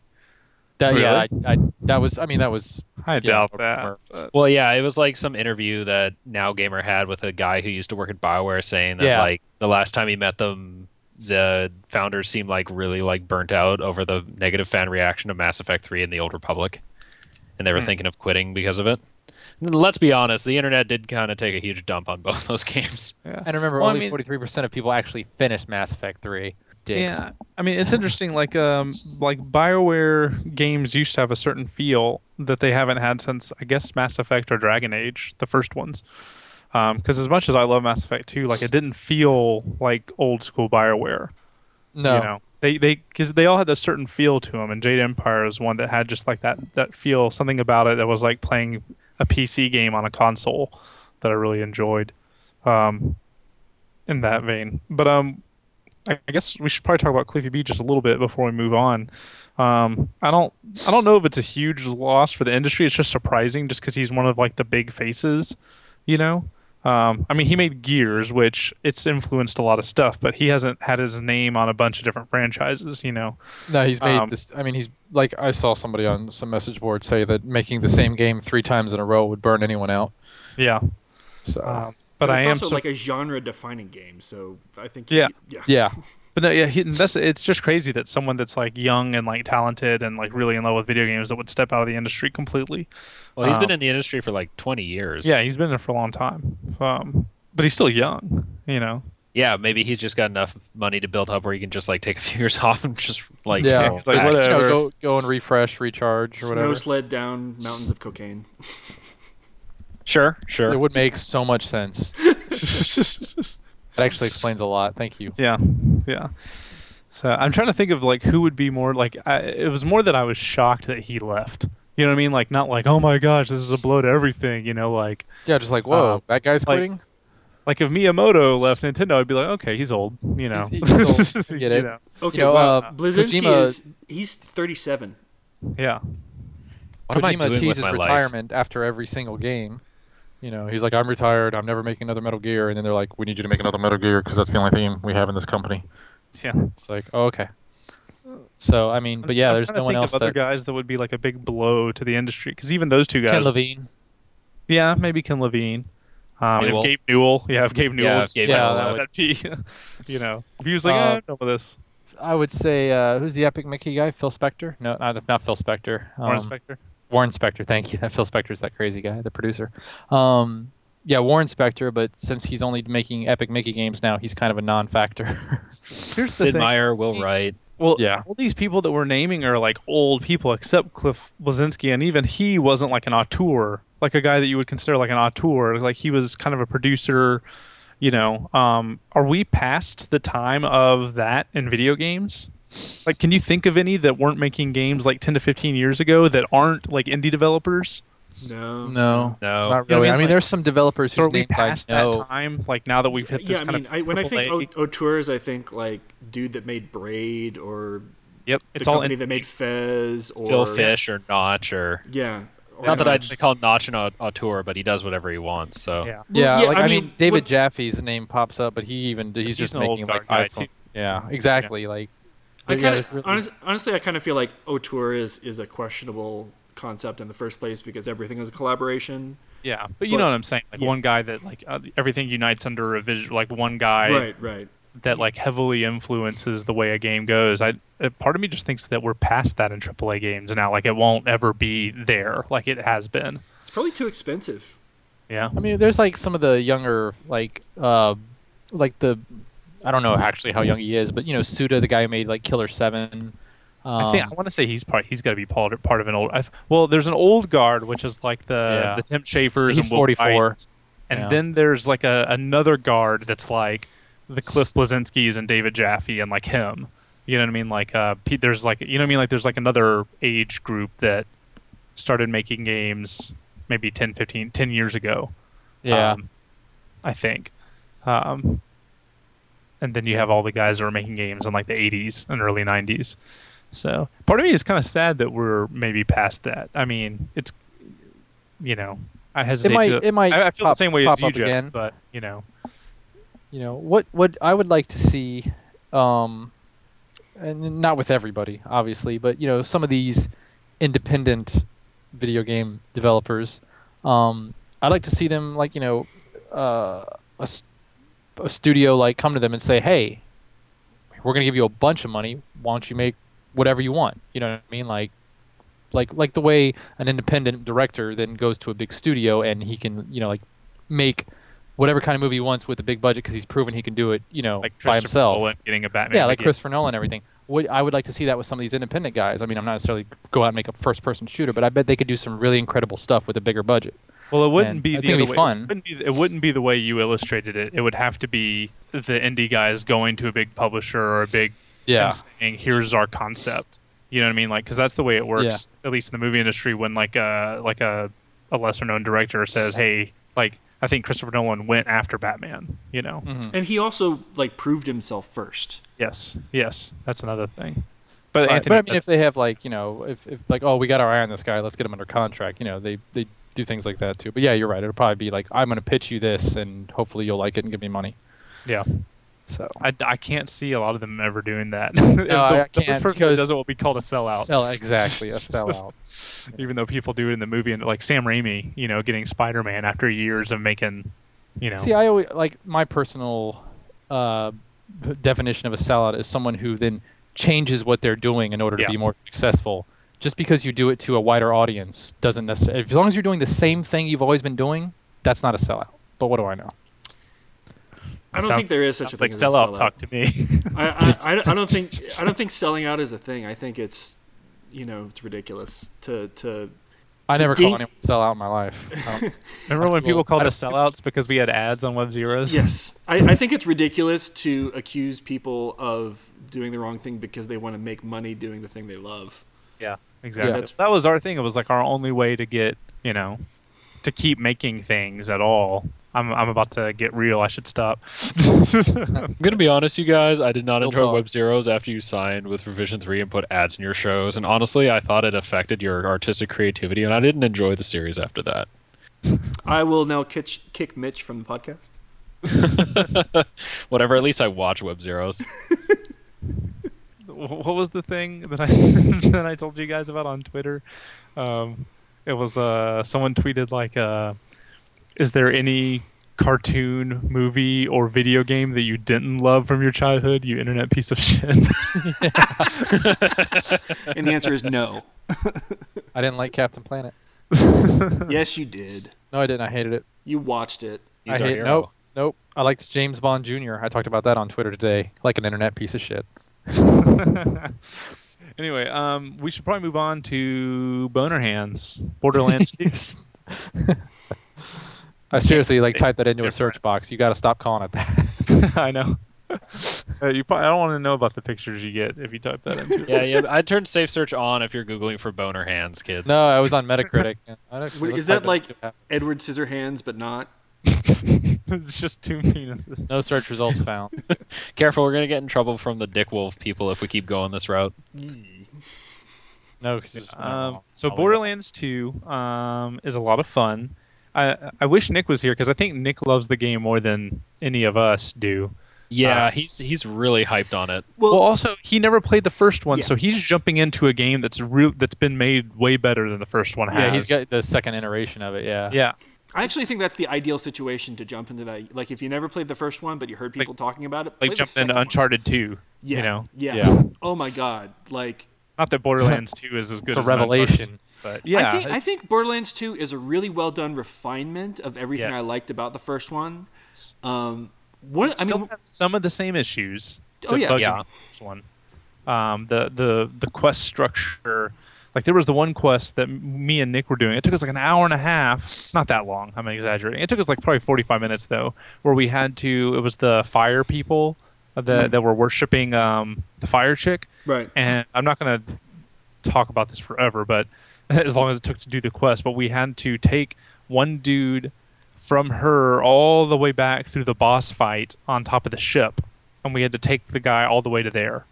Speaker 3: That, Yeah, I, I, that was. I mean, that was.
Speaker 2: I
Speaker 3: yeah,
Speaker 2: doubt
Speaker 3: or-
Speaker 2: that.
Speaker 3: or-
Speaker 2: but-
Speaker 5: Well, yeah, it was like some interview that Now Gamer had with a guy who used to work at BioWare saying that
Speaker 3: Yeah.
Speaker 5: like the last time he met them the founders seemed like really like burnt out over the negative fan reaction to Mass Effect 3 in the Old Republic and they
Speaker 3: Hmm.
Speaker 5: were thinking of quitting because of it. And Let's be honest, the internet did kind of take a huge dump on both those games.
Speaker 2: yeah.
Speaker 3: And remember,
Speaker 2: Well, I
Speaker 3: only
Speaker 2: mean-
Speaker 3: 43% of people actually finished Mass Effect 3. Dicks.
Speaker 2: Yeah, I mean it's interesting. Like um, like Bioware games used to have a certain feel that they haven't had since I guess Mass Effect or Dragon Age, the first ones. Because as much as I love Mass Effect 2, like it didn't feel like old school Bioware.
Speaker 3: No.
Speaker 2: You know, they they because they all had a certain feel to them, and Jade Empire is one that had just like that that feel, something about it that was like playing a PC game on a console that I really enjoyed. Um, in that vein, but um, I, I guess we should probably talk about Cliffy B just a little bit before we move on. Um, I don't I don't know if it's a huge loss for the industry. It's just surprising, just because he's one of like the big faces, you know. Um, I mean, he made Gears, which it's influenced a lot of stuff, but he hasn't had his name on a bunch of different franchises, you know.
Speaker 3: No, he's made
Speaker 2: Um,
Speaker 3: this. I mean, he's like I saw somebody on some message board say that making the same game three times in a row would burn anyone out.
Speaker 2: Yeah,
Speaker 3: So
Speaker 2: um, but, I
Speaker 4: it's
Speaker 2: am
Speaker 4: also
Speaker 2: so
Speaker 4: like a genre defining game, so I think
Speaker 2: Yeah.
Speaker 4: yeah.
Speaker 3: yeah,
Speaker 2: But no, yeah, he, that's it's just crazy that someone that's like young and like talented and like really in love with video games that would step out of the industry completely.
Speaker 5: Well, he's been
Speaker 3: Uh-huh.
Speaker 2: Um,
Speaker 5: in the industry for like 20 years.
Speaker 2: Yeah, he's been there for a long time, um, but he's still young, you know.
Speaker 5: Yeah, maybe he's just got enough money to build up where he can just like take a few years off and just like
Speaker 3: Yeah,
Speaker 5: scroll
Speaker 2: he's like,
Speaker 5: back.
Speaker 3: You know,
Speaker 2: whatever.
Speaker 3: go go and refresh, recharge, or
Speaker 4: Snow
Speaker 3: whatever.
Speaker 4: sled down mountains of cocaine.
Speaker 5: Sure, sure.
Speaker 3: It would make so much sense. That actually explains a lot. Thank you.
Speaker 2: yeah, yeah. So I'm trying to think of like who would be more like. I, it was more that I was shocked that he left. You know what I mean? Like not like oh my gosh, this is a blow to everything. You know, like
Speaker 3: Yeah, just like whoa,
Speaker 2: Um,
Speaker 3: that guy's
Speaker 2: like,
Speaker 3: quitting.
Speaker 2: like if Miyamoto left Nintendo, I'd be like okay, he's old. You know,
Speaker 3: He's- he's old. I get
Speaker 2: You
Speaker 3: it.
Speaker 2: know,
Speaker 4: Okay,
Speaker 3: You know,
Speaker 4: well,
Speaker 3: uh,
Speaker 4: Blazinski
Speaker 3: Kojima-
Speaker 4: is he's 37.
Speaker 2: yeah.
Speaker 5: What am I doing with
Speaker 3: teases
Speaker 5: my life?
Speaker 3: retirement after every single game. You know, he's like, I'm retired. I'm never making another Metal Gear. And then they're like, We need you to make another Metal Gear because that's the only thing we have in this company.
Speaker 2: Yeah,
Speaker 3: It's like, oh, okay. So I mean,
Speaker 2: Hmm. I'm
Speaker 3: but
Speaker 2: just-
Speaker 3: yeah,
Speaker 2: I'm
Speaker 3: there's
Speaker 2: trying to
Speaker 3: no one
Speaker 2: think
Speaker 3: else
Speaker 2: of other
Speaker 3: that.
Speaker 2: guys that would be like a big blow to the industry because even those two
Speaker 3: Ken
Speaker 2: guys,
Speaker 3: Levine.
Speaker 2: yeah, maybe Ken Levine, um, if
Speaker 5: Newell.
Speaker 2: Gabe Newell, yeah, if Gabe Newell,
Speaker 5: Yeah,
Speaker 2: was-
Speaker 5: if Gabe
Speaker 3: Newell
Speaker 2: that
Speaker 5: would-
Speaker 2: would be, you know, if he was like,
Speaker 3: Uh,
Speaker 2: uh, done with this,
Speaker 3: I would say, uh, who's the Epic Mickey guy? Phil Spector? No, not, not Phil Spector. Um,
Speaker 2: Warren Spector,
Speaker 3: Warren Spector, thank you. That Phil Spector's that crazy guy, the producer. Um, yeah, Warren Spector, but since he's only making Epic Mickey games now, he's kind of a non-factor.
Speaker 2: here's the
Speaker 5: Sid
Speaker 2: thing.
Speaker 5: Meier, Will Wright.
Speaker 2: Well,
Speaker 3: Yeah.
Speaker 2: all these people that we're naming are like old people, except Cliff Blazinski, and even he wasn't like an auteur, like a guy that you would consider like an auteur. Like he was kind of a producer, you know. Um, are we past the time of that in video games? Like, can you think of any that weren't making games like 10 to 15 years ago that aren't like indie developers?
Speaker 4: No.
Speaker 3: no, not
Speaker 5: No.
Speaker 2: You know what I
Speaker 3: really.
Speaker 2: mean?
Speaker 3: I mean,
Speaker 2: Like-
Speaker 3: there's some developers
Speaker 2: So are
Speaker 3: whose
Speaker 2: we
Speaker 3: names I
Speaker 2: past that
Speaker 3: know.
Speaker 2: time? Like now that we've hit this
Speaker 4: Yeah, I
Speaker 2: kind
Speaker 4: mean,
Speaker 2: of
Speaker 4: I, when I think
Speaker 2: AAA?
Speaker 4: au- auteurs, I think like dude that made Braid or
Speaker 2: yep,
Speaker 4: the
Speaker 2: it's all
Speaker 4: company
Speaker 2: in,
Speaker 4: that made Fez or
Speaker 5: Phil Fish or Notch or
Speaker 4: Yeah. Or
Speaker 5: not that I'd
Speaker 4: Notch.
Speaker 5: call Notch an au- auteur, but he does whatever he wants. So
Speaker 2: yeah.
Speaker 4: Well,
Speaker 3: yeah, like, I, mean, David
Speaker 4: what-
Speaker 3: Jaffe's name pops up, but he even he's,
Speaker 2: He's
Speaker 3: just
Speaker 2: an old
Speaker 3: making like
Speaker 2: guy, too.
Speaker 3: iPhone. Yeah, exactly. Like,
Speaker 4: I
Speaker 3: yeah,
Speaker 4: kind of
Speaker 3: there's really-
Speaker 4: honest, honestly, I kind of feel like auteur is is a questionable concept in the first place because everything is a collaboration.
Speaker 2: Yeah, but you
Speaker 4: But-
Speaker 2: know what I'm saying. Like
Speaker 4: yeah.
Speaker 2: one guy that like uh, everything unites under a visual, like one guy
Speaker 4: right, right.
Speaker 2: that like heavily influences the way a game goes. I uh, part of me just thinks that we're past that in AAA games now. Like it won't ever be there, like it has been.
Speaker 4: It's probably too expensive.
Speaker 2: Yeah,
Speaker 3: I mean, there's like some of the younger, like, uh, like the, I don't know actually how young he is, but you know, Suda, the guy who made like Killer Seven. Um,
Speaker 2: I think I want to say he's part. He's got to be part part of an old. i well, there's an old guard which is like the
Speaker 3: Yeah.
Speaker 2: the Tim Schafer's
Speaker 3: He's
Speaker 2: and Will
Speaker 3: 44.
Speaker 2: Wrights. and
Speaker 3: Yeah.
Speaker 2: then there's like a another guard that's like the Cliff Blazinskis and David Jaffe and like him. You know what I mean? Like uh, Pete, there's like you know what I mean? Like there's like another age group that started making games maybe 10, 15, 10 years ago.
Speaker 3: yeah.
Speaker 2: um, I think. Um, and then you have all the guys that were making games in like the 80s and early 90s. So part of me is kind of sad that we're maybe past that. I mean, it's you know, I hesitate
Speaker 3: might-
Speaker 2: to.
Speaker 3: it might
Speaker 2: I, I feel
Speaker 3: pop-
Speaker 2: the same way as
Speaker 3: pop
Speaker 2: you,
Speaker 3: up
Speaker 2: Jeff,
Speaker 3: again.
Speaker 2: but you know,
Speaker 3: you know what what i would like to see um and not with everybody obviously but you know some of these independent video game developers um i'd like to see them like you know uh, a, s- a studio like come to them and say hey we're going to give you a bunch of money why don't you make whatever you want you know what i mean like like like the way an independent director then goes to a big studio and he can you know like make whatever kind of movie he wants with a big budget because he's proven he can do it you know
Speaker 2: like
Speaker 3: by
Speaker 2: Christopher
Speaker 3: himself
Speaker 2: Nolan getting a Batman.
Speaker 3: yeah like
Speaker 2: movie.
Speaker 3: christopher nolan and everything what, i would like to see that with some of these independent guys i mean i'm not necessarily go out and make a first person shooter but i bet they could do some really incredible stuff with a bigger budget
Speaker 2: Well, it wouldn't
Speaker 3: And
Speaker 2: be
Speaker 3: I
Speaker 2: the
Speaker 3: think it'd
Speaker 2: other
Speaker 3: be
Speaker 2: way.
Speaker 3: fun.
Speaker 2: It, wouldn't be, it wouldn't be the way you illustrated it. It would have to be the indie guys going to a big publisher or a big
Speaker 3: yeah
Speaker 2: and saying here's our concept you know what i mean like because that's the way it works at least in the movie industry when like a like a, a lesser known director says hey like i think christopher nolan went after batman you know
Speaker 3: Mm-hmm.
Speaker 4: And he also like proved himself first.
Speaker 2: yes yes that's another thing but
Speaker 3: Right,
Speaker 2: anthony
Speaker 3: but I mean, if they have like you know, if, if like oh we got our eye on this guy, let's get him under contract. You know, they they do things like that too. But yeah, you're right. It'll probably be like I'm gonna pitch you this, and hopefully you'll like it and give me money.
Speaker 2: yeah
Speaker 3: So
Speaker 2: I, I can't see a lot of them ever doing that If the,
Speaker 3: I
Speaker 2: the first
Speaker 3: can't,
Speaker 2: person that
Speaker 3: because-
Speaker 2: does it will be called a sellout
Speaker 3: sell exactly a sellout.
Speaker 2: even though people do it in the movie and like sam raimi you know getting spider-man after years of making you know
Speaker 3: See, I always like my personal uh, p- definition of a sellout is someone who then changes what they're doing in order
Speaker 2: Yeah.
Speaker 3: to be more successful. Just because you do it to a wider audience doesn't necessarily. As long as you're doing the same thing you've always been doing, that's not a sellout. But what do I know?
Speaker 4: I don't
Speaker 6: Sounds-
Speaker 4: think there is such a
Speaker 6: Sounds like
Speaker 4: thing as a
Speaker 6: sell off
Speaker 4: sellout.
Speaker 6: talk to me.
Speaker 4: I, I, I- I don't think I don't think selling out is a thing. I think it's you know it's ridiculous to to
Speaker 3: I
Speaker 4: To
Speaker 3: never
Speaker 4: ding-
Speaker 3: call anyone a sellout in my life. Um, I don't-
Speaker 2: Remember when people
Speaker 3: Absolutely.
Speaker 2: called us sellouts because we had ads on Web Zeros?
Speaker 4: yes. I, I think it's ridiculous to accuse people of doing the wrong thing because they want to make money doing the thing they love.
Speaker 2: Yeah, exactly.
Speaker 4: That's-
Speaker 2: That was our thing. It was like our only way to get, you know, to keep making things at all. I'm, I'm about to get real. I should stop.
Speaker 5: I'm gonna be honest, you guys. I did not
Speaker 3: Real
Speaker 5: enjoy
Speaker 3: talk.
Speaker 5: Web Zeros after you signed with Revision Three and put ads in your shows. And honestly, I thought it affected your artistic creativity, and I didn't enjoy the series after that.
Speaker 4: I will now kick, kick Mitch from the podcast.
Speaker 5: Whatever. At least I watch Web Zeros.
Speaker 2: what was the thing that I that I told you guys about on Twitter? Um, it was uh, someone tweeted like, uh, "Is there any cartoon, movie, or video game that you didn't love from your childhood? You internet piece of shit."
Speaker 4: And the answer is no.
Speaker 3: I didn't like Captain Planet.
Speaker 4: yes, you did.
Speaker 3: No, I didn't. I hated it.
Speaker 4: You watched it.
Speaker 5: He's
Speaker 3: I
Speaker 5: our
Speaker 3: hate,
Speaker 5: hero.
Speaker 3: Nope. Nope. I liked James Bond Jr. I talked about that on Twitter today, like an internet piece of shit.
Speaker 2: anyway, um, we should probably move on to Boner Hands, Borderlands.
Speaker 3: I seriously like typed that into a
Speaker 2: different.
Speaker 3: search box. You got to stop calling it that.
Speaker 2: I know. Uh, you probably, I don't want to know about the pictures you get if you type that into. it.
Speaker 5: Yeah, yeah. I turned Safe Search on if you're googling for boner hands, kids.
Speaker 3: No, I was on Metacritic. I don't-
Speaker 4: What-
Speaker 3: let's
Speaker 4: is
Speaker 3: type
Speaker 4: that
Speaker 3: it.
Speaker 4: like
Speaker 3: See what happens.
Speaker 4: Edward Scissorhands, but not.
Speaker 2: it's just two penises.
Speaker 3: no search results found?
Speaker 5: Careful, we're gonna get in trouble from the Dick Wolf people if we keep going this route.
Speaker 3: No, 'cause it's
Speaker 2: Um, so
Speaker 5: I'll-
Speaker 2: Borderlands 2 um, is a lot of fun. I I wish Nick was here because I think Nick loves the game more than any of us do.
Speaker 5: Yeah, Uh, he's he's really hyped on it.
Speaker 4: Well,
Speaker 2: Well, also he never played the first one,
Speaker 4: Yeah.
Speaker 2: so he's jumping into a game that's real that's been made way better than the first one has.
Speaker 3: yeah, he's got the second iteration of it. Yeah.
Speaker 2: yeah.
Speaker 4: I actually think that's the ideal situation to jump into that. Like, if you never played the first one, but you heard people talking about it, play
Speaker 2: Like
Speaker 4: the
Speaker 2: jumping
Speaker 4: second
Speaker 2: into
Speaker 4: one.
Speaker 2: Uncharted 2.
Speaker 4: Yeah,
Speaker 2: You know,
Speaker 4: yeah.
Speaker 3: Yeah.
Speaker 4: Oh my god! Like,
Speaker 2: not that Borderlands 2 is as good
Speaker 3: It's a
Speaker 2: as an Uncharted,
Speaker 3: revelation.
Speaker 2: but yeah,
Speaker 4: I think I
Speaker 2: it's-
Speaker 4: think Borderlands Two is a really well done refinement of everything I
Speaker 2: Yes.
Speaker 4: liked about the first one. Um, one, I
Speaker 2: still
Speaker 4: mean,
Speaker 2: have some of the same issues.
Speaker 4: Oh,
Speaker 2: that
Speaker 4: yeah.
Speaker 2: bugged
Speaker 5: Yeah.
Speaker 2: me with this one. Um, the the the quest structure, like there was the one quest that m- me and Nick were doing. It took us like an hour and a half. Not that long. I'm exaggerating. It took us like probably 45 minutes though, where we had to. It was the fire people that that were worshiping um, the fire chick,
Speaker 4: Mm-hmm. right?
Speaker 2: and I'm not gonna talk about this forever, but as long as it took to do the quest, but we had to take one dude from her all the way back through the boss fight on top of the ship, and we had to take the guy all the way to there,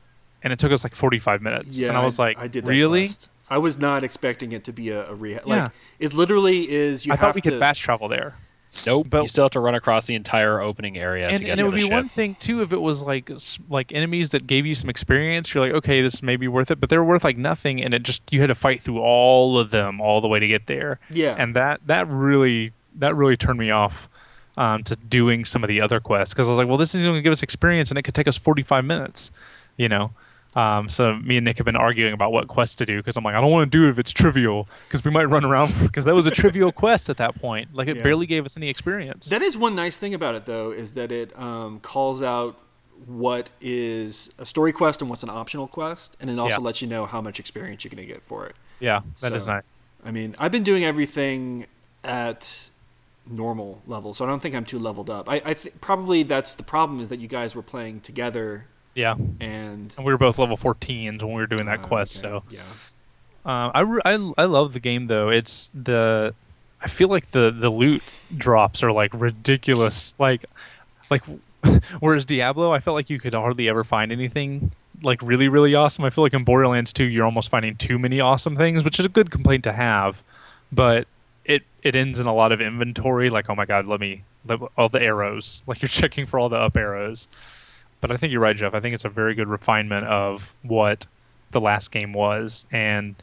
Speaker 2: and it took us like 45 minutes.
Speaker 4: Yeah,
Speaker 2: and I was like,
Speaker 4: I did that
Speaker 2: really?
Speaker 4: quest. I was not expecting it to be a, a reha-
Speaker 2: Yeah.
Speaker 4: Like, it literally is. You
Speaker 2: I
Speaker 4: have
Speaker 2: thought we
Speaker 4: to.
Speaker 2: could fast travel there.
Speaker 5: Nope.
Speaker 2: But-
Speaker 5: you still have to run across the entire opening area to
Speaker 2: and,
Speaker 5: get
Speaker 2: and
Speaker 5: to
Speaker 2: it would
Speaker 5: the
Speaker 2: be
Speaker 5: ship.
Speaker 2: one thing too if it was like s- like enemies that gave you some experience you're like okay this may be worth it but they're worth like nothing and it just you had to fight through all of them all the way to get there
Speaker 4: Yeah.
Speaker 2: and that that really that really turned me off um, to doing some of the other quests because i was like well this is going to give us experience and it could take us 45 minutes you know um, so me and Nick have been arguing about what quest to do because I'm like I don't want to do it if it's trivial because we might run around because that was a trivial quest at that point like it
Speaker 4: Yeah.
Speaker 2: barely gave us any experience.
Speaker 4: That is one nice thing about it, though, is that it um, calls out what is a story quest and what's an optional quest, and it also
Speaker 2: Yeah.
Speaker 4: lets you know how much experience you're going to get for it.
Speaker 2: yeah, that is
Speaker 4: So-
Speaker 2: nice.
Speaker 4: I mean, I've been doing everything at normal level, so I don't think I'm too leveled up. I, I th- probably that's the problem is that you guys were playing together,
Speaker 2: Yeah,
Speaker 4: and
Speaker 2: and we were both level 14s when we were doing that
Speaker 4: Uh,
Speaker 2: quest.
Speaker 4: okay,
Speaker 2: So
Speaker 4: yeah,
Speaker 2: um, I, re- I I love the game though. It's the I feel like the the loot drops are like ridiculous. Like like whereas Diablo, I felt like you could hardly ever find anything like really really awesome. I feel like in Borderlands 2, you're almost finding too many awesome things, which is a good complaint to have, but it it ends in a lot of inventory. Like oh my god, let me let, all the arrows. Like you're checking for all the up arrows. But I think you're right, Jeff. I think it's a very good refinement of what the last game was and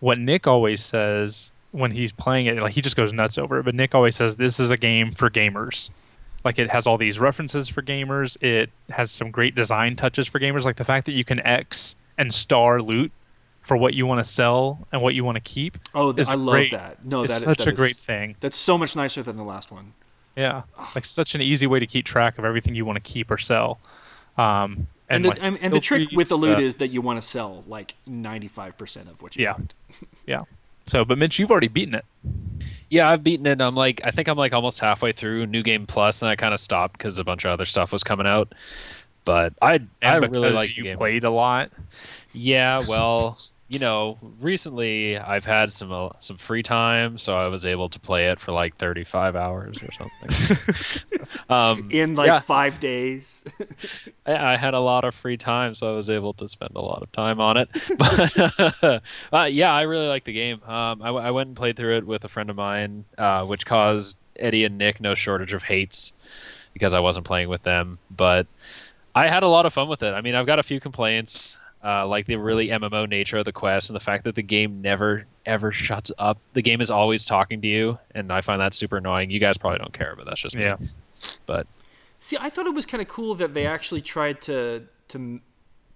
Speaker 2: what Nick always says when he's playing it, like he just goes nuts over it. But Nick always says this is a game for gamers. Like it has all these references for gamers. It has some great design touches for gamers, like the fact that you can X and star loot for what you want to sell and what you want to keep.
Speaker 4: Oh, th-
Speaker 2: is
Speaker 4: I love
Speaker 2: great.
Speaker 4: that. No,
Speaker 2: it's
Speaker 4: Oh, that-
Speaker 2: such
Speaker 4: that
Speaker 2: a
Speaker 4: is-
Speaker 2: great thing.
Speaker 4: That's so much nicer than the last one.
Speaker 2: Yeah, like such an easy way to keep track of everything you want to keep or sell. Um, and,
Speaker 4: And, the,
Speaker 2: like,
Speaker 4: and, and the
Speaker 2: feel
Speaker 4: trick
Speaker 2: free-
Speaker 4: with the loot
Speaker 2: uh,
Speaker 4: is that you want to sell like 95% of what you
Speaker 2: Yeah.
Speaker 4: found.
Speaker 2: yeah. So, but Mitch, you've already beaten it.
Speaker 5: Yeah, I've beaten it. I'm like, I think I'm like almost halfway through New Game Plus, and I kind of stopped because a bunch of other stuff was coming out. But I, I
Speaker 2: And
Speaker 5: really
Speaker 2: because
Speaker 5: like the
Speaker 2: you
Speaker 5: game.
Speaker 2: played a lot.
Speaker 5: Yeah, well, you know, recently I've had some uh, some free time, so I was able to play it for like 35 hours or something. um,
Speaker 4: In like
Speaker 5: Yeah.
Speaker 4: five days.
Speaker 5: I, I had a lot of free time, so I was able to spend a lot of time on it. But uh, yeah, I really like the game. Um, I, w- I went and played through it with a friend of mine, uh, which caused Eddie and Nick no shortage of hates because I wasn't playing with them. But I had a lot of fun with it. I mean, I've got a few complaints, uh, like the really MMO nature of the quest and the fact that the game never ever shuts up. The game is always talking to you, and I find that super annoying. You guys probably don't care, but that's just me.
Speaker 2: Yeah.
Speaker 5: But
Speaker 4: See, I thought it was kind of cool that they actually tried to to m-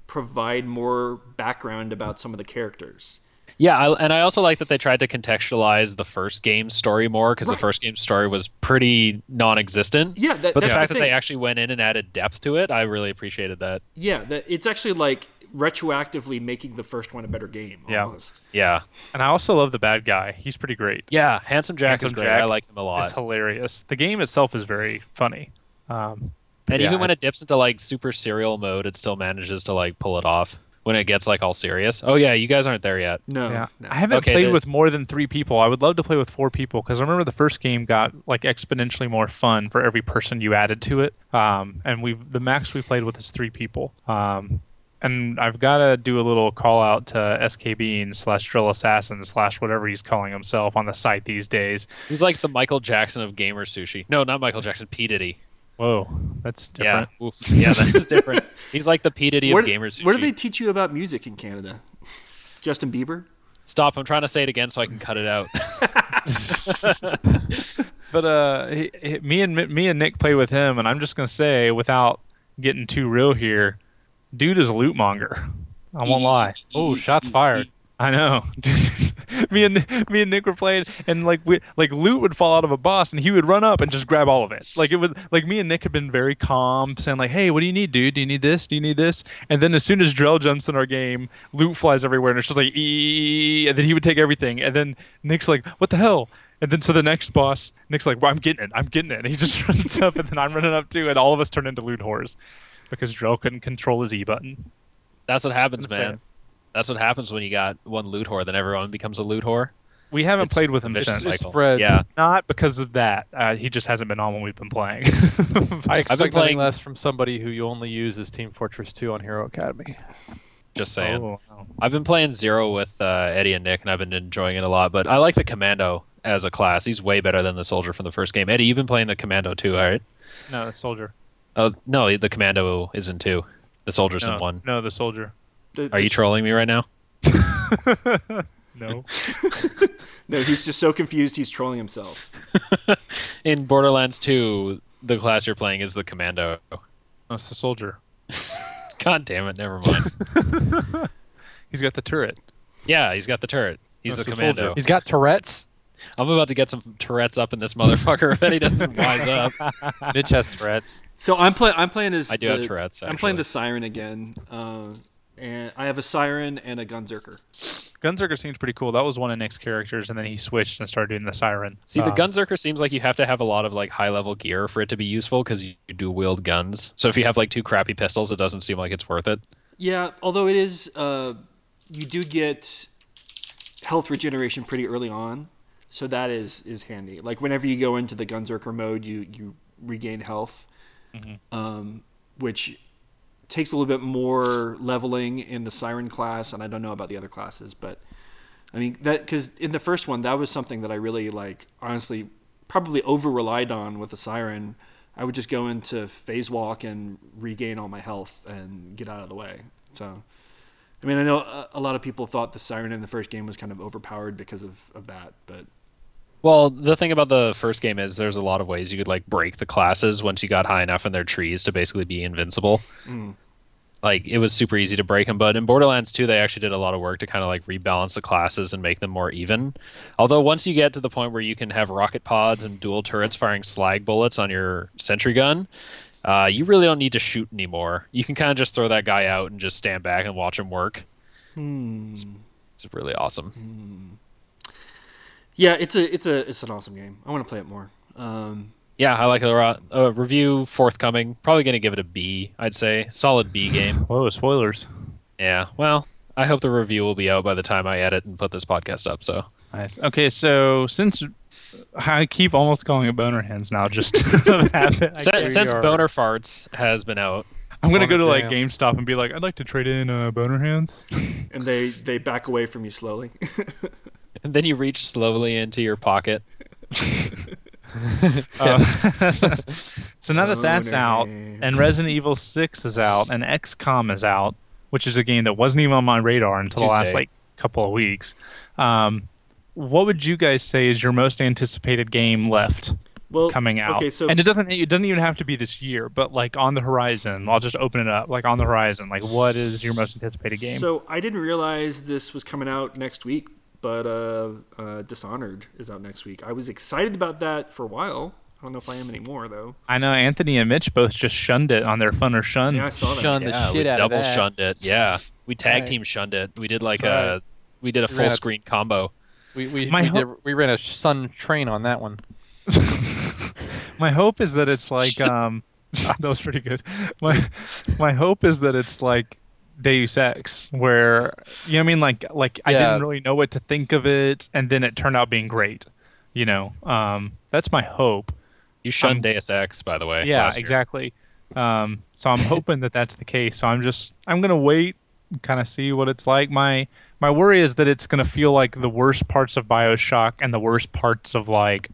Speaker 4: provide more background about some of the characters.
Speaker 5: Yeah, I, and I also like that they tried to contextualize the first game's story more because
Speaker 4: Right.
Speaker 5: the first game's story was pretty non-existent.
Speaker 4: Yeah, that,
Speaker 5: but the
Speaker 4: that's
Speaker 5: fact
Speaker 4: the
Speaker 5: that
Speaker 4: thing.
Speaker 5: they actually went in and added depth to it, I really appreciated that.
Speaker 4: yeah, that, it's actually like retroactively making the first one a better game.
Speaker 2: Yeah.
Speaker 4: Almost.
Speaker 5: Yeah,
Speaker 2: And I also love the bad guy. He's pretty great.
Speaker 5: yeah, Handsome Jack
Speaker 2: Handsome
Speaker 5: is great.
Speaker 2: Jack
Speaker 5: I like him a
Speaker 2: It's
Speaker 5: lot.
Speaker 2: hilarious. The game itself is very funny. Um, but
Speaker 5: And
Speaker 2: yeah,
Speaker 5: even when
Speaker 2: I-
Speaker 5: it dips into like super serial mode, it still manages to like pull it off when it gets like all serious. Oh yeah, you guys aren't there yet.
Speaker 4: No,
Speaker 2: yeah.
Speaker 4: Oh, no.
Speaker 2: I haven't
Speaker 5: Okay,
Speaker 2: played
Speaker 5: the-
Speaker 2: with more than three people. I would love to play with four people because I remember the first game got like exponentially more fun for every person you added to it. Um, and we the max we played with is three people. Um, and I've got to do a little call out to SKB and slash Drill Assassin slash whatever he's calling himself on the site these days.
Speaker 5: He's like the Michael Jackson of gamer sushi. No, not Michael Jackson. P Diddy.
Speaker 2: Whoa, that's different.
Speaker 5: Yeah, Oof. yeah, that is different. He's like the P Diddy
Speaker 4: Where,
Speaker 5: of gamer sushi.
Speaker 4: where do they teach you about music in Canada? Justin Bieber.
Speaker 5: Stop! I'm trying to say it again so I can cut it out.
Speaker 2: But uh, he, he- me and me and Nick played with him, and I'm just gonna say, without getting too real here, dude is a loot monger. I won't lie.
Speaker 3: Oh, shots fired.
Speaker 2: I know. me and me and Nick were playing, and like we like loot would fall out of a boss, and he would run up and just grab all of it. Like it would like me and Nick had been very calm, saying like, "Hey, what do you need, dude? Do you need this? Do you need this?" And then as soon as Drell jumps in our game, loot flies everywhere, and it's just like, "Ee," and then he would take everything, and then Nick's like, "What the hell?" And then so the next boss, Nick's like, well, "I'm getting it, I'm getting it," and he just runs up, and then I'm running up too, and all of us turn into loot whores because Drell couldn't control his E button.
Speaker 5: That's what happens,
Speaker 2: gonna say
Speaker 5: man. That's what happens when you got one loot whore, then everyone becomes a loot whore.
Speaker 2: We haven't
Speaker 5: It's
Speaker 2: played with him
Speaker 5: vicious
Speaker 2: since.
Speaker 3: It
Speaker 5: cycle.
Speaker 3: spreads.
Speaker 5: Yeah.
Speaker 2: Not because of that. Uh, he just hasn't been on when we've been playing. I,
Speaker 3: I
Speaker 5: been
Speaker 3: expect
Speaker 5: playing-
Speaker 3: nothing less from somebody who you only use as Team Fortress 2 on Hero Academy.
Speaker 5: Just saying.
Speaker 2: Oh.
Speaker 5: I've been playing Zero with uh, Eddie and Nick, and I've been enjoying it a lot. But I like the Commando as a class. He's way better than the Soldier from the first game. Eddie, you've been playing the Commando too, all right?
Speaker 2: no, the soldier.
Speaker 5: Oh no, the Commando is in two. The Soldier's
Speaker 2: No,
Speaker 5: in one.
Speaker 2: no, the soldier.
Speaker 4: The-
Speaker 5: Are
Speaker 4: the-
Speaker 5: you trolling me right now?
Speaker 2: No.
Speaker 4: No, he's just so confused. He's trolling himself.
Speaker 5: In Borderlands Two, the class you're playing is the Commando.
Speaker 2: no, it's the soldier.
Speaker 5: God damn it! Never mind.
Speaker 2: He's got the turret.
Speaker 5: yeah, he's got the turret. He's
Speaker 2: That's
Speaker 5: the
Speaker 2: the Soldier.
Speaker 5: Commando.
Speaker 3: He's got Tourette's.
Speaker 5: I'm about to get some Tourette's up in this motherfucker if Eddie doesn't wise up.
Speaker 3: Mitch has Tourette's.
Speaker 4: So I'm playing. I'm playing as.
Speaker 5: I do have
Speaker 4: the-
Speaker 5: Tourette's,
Speaker 4: I'm playing
Speaker 5: actually.
Speaker 4: the siren again, uh, and I have a siren and a gunzerker.
Speaker 2: Gunzerker seems pretty cool. That was one of Nick's characters, and then he switched and started doing the siren.
Speaker 5: See, the
Speaker 2: Uh,
Speaker 5: Gunzerker seems like you have to have a lot of like high level gear for it to be useful because you do wield guns. So if you have like two crappy pistols, it doesn't seem like it's worth it.
Speaker 4: Yeah, although it is, uh, you do get health regeneration pretty early on, so that is is handy. Like whenever you go into the Gunzerker mode, you you regain health, um, which takes a little bit more leveling in the Siren class, and I don't know about the other classes, but I mean that because in the first one, that was something that I really like. Honestly, probably over relied on with the Siren. I would just go into phase walk and regain all my health and get out of the way. So, I mean, I know a, a lot of people thought the Siren in the first game was kind of overpowered because of, of that, but
Speaker 5: Well, the thing about the first game is there's a lot of ways you could like break the classes once you got high enough in their trees to basically be invincible.
Speaker 4: Mm.
Speaker 5: Like it was super easy to break them, but in Borderlands 2 they actually did a lot of work to kind of like rebalance the classes and make them more even. Although once you get to the point where you can have rocket pods and dual turrets firing slag bullets on your sentry gun, uh, you really don't need to shoot anymore. You can kind of just throw that guy out and just stand back and watch him work.
Speaker 4: Hmm.
Speaker 5: It's really awesome.
Speaker 4: Yeah, it's a it's a it's an awesome game. I want to play it more. Um,
Speaker 5: Yeah, I like it a lot. Uh, review forthcoming. Probably going to give it a B, I'd say. Solid B game.
Speaker 2: Whoa, spoilers.
Speaker 5: Yeah. Well, I hope the review will be out by the time I edit and put this podcast up. So
Speaker 2: Nice. Okay, so since I keep almost calling it boner hands now, just out of habit, I
Speaker 5: Sin-
Speaker 2: carry
Speaker 5: since
Speaker 2: your-
Speaker 5: Boner Farts has been out,
Speaker 2: I'm gonna go to like
Speaker 3: Dance.
Speaker 2: GameStop and be like, I'd like to trade in uh, boner hands.
Speaker 4: and they they back away from you slowly.
Speaker 5: and then you reach slowly into your pocket.
Speaker 2: Uh, so now that that's
Speaker 4: Boner
Speaker 2: out,
Speaker 4: hands.
Speaker 2: and Resident Evil Six is out, and XCOM is out, which is a game that wasn't even on my radar until the last
Speaker 5: Tuesday.
Speaker 2: like couple of weeks. Um, what would you guys say is your most anticipated game left
Speaker 4: well,
Speaker 2: coming out?
Speaker 4: Okay, so
Speaker 2: and it doesn't it doesn't even have to be this year, but like on the horizon. I'll just open it up. Like on the horizon, like what is your most anticipated game?
Speaker 4: so I didn't realize this was coming out next week, but uh, uh, Dishonored is out next week. I was excited about that for a while. I don't know if I am anymore though.
Speaker 2: I know Anthony and Mitch both just shunned it on their fun or shun.
Speaker 4: Yeah, I saw that.
Speaker 3: Shun the
Speaker 5: yeah,
Speaker 3: shit
Speaker 5: we
Speaker 3: out
Speaker 5: double
Speaker 3: of that.
Speaker 5: shunned it. Yeah, we tag
Speaker 3: Right.
Speaker 5: team shunned it. We did like
Speaker 2: That's
Speaker 5: a we did a full
Speaker 3: Rad.
Speaker 5: screen combo.
Speaker 3: We we,
Speaker 2: My
Speaker 3: we,
Speaker 2: ho-
Speaker 3: did, we ran a sun train on that one.
Speaker 2: my hope is that it's like um that was pretty good my my hope is that it's like deus ex where you know what i mean like like i
Speaker 3: Yeah,
Speaker 2: didn't
Speaker 3: it's-
Speaker 2: really know what to think of it and then it turned out being great you know um that's my hope
Speaker 5: You shunned
Speaker 2: Um,
Speaker 5: Deus Ex, by the way.
Speaker 2: yeah
Speaker 5: last year.
Speaker 2: exactly um so i'm hoping that that's the case so i'm just i'm gonna wait kind of see what it's like my my worry is that it's gonna feel like the worst parts of bioshock and the worst parts of like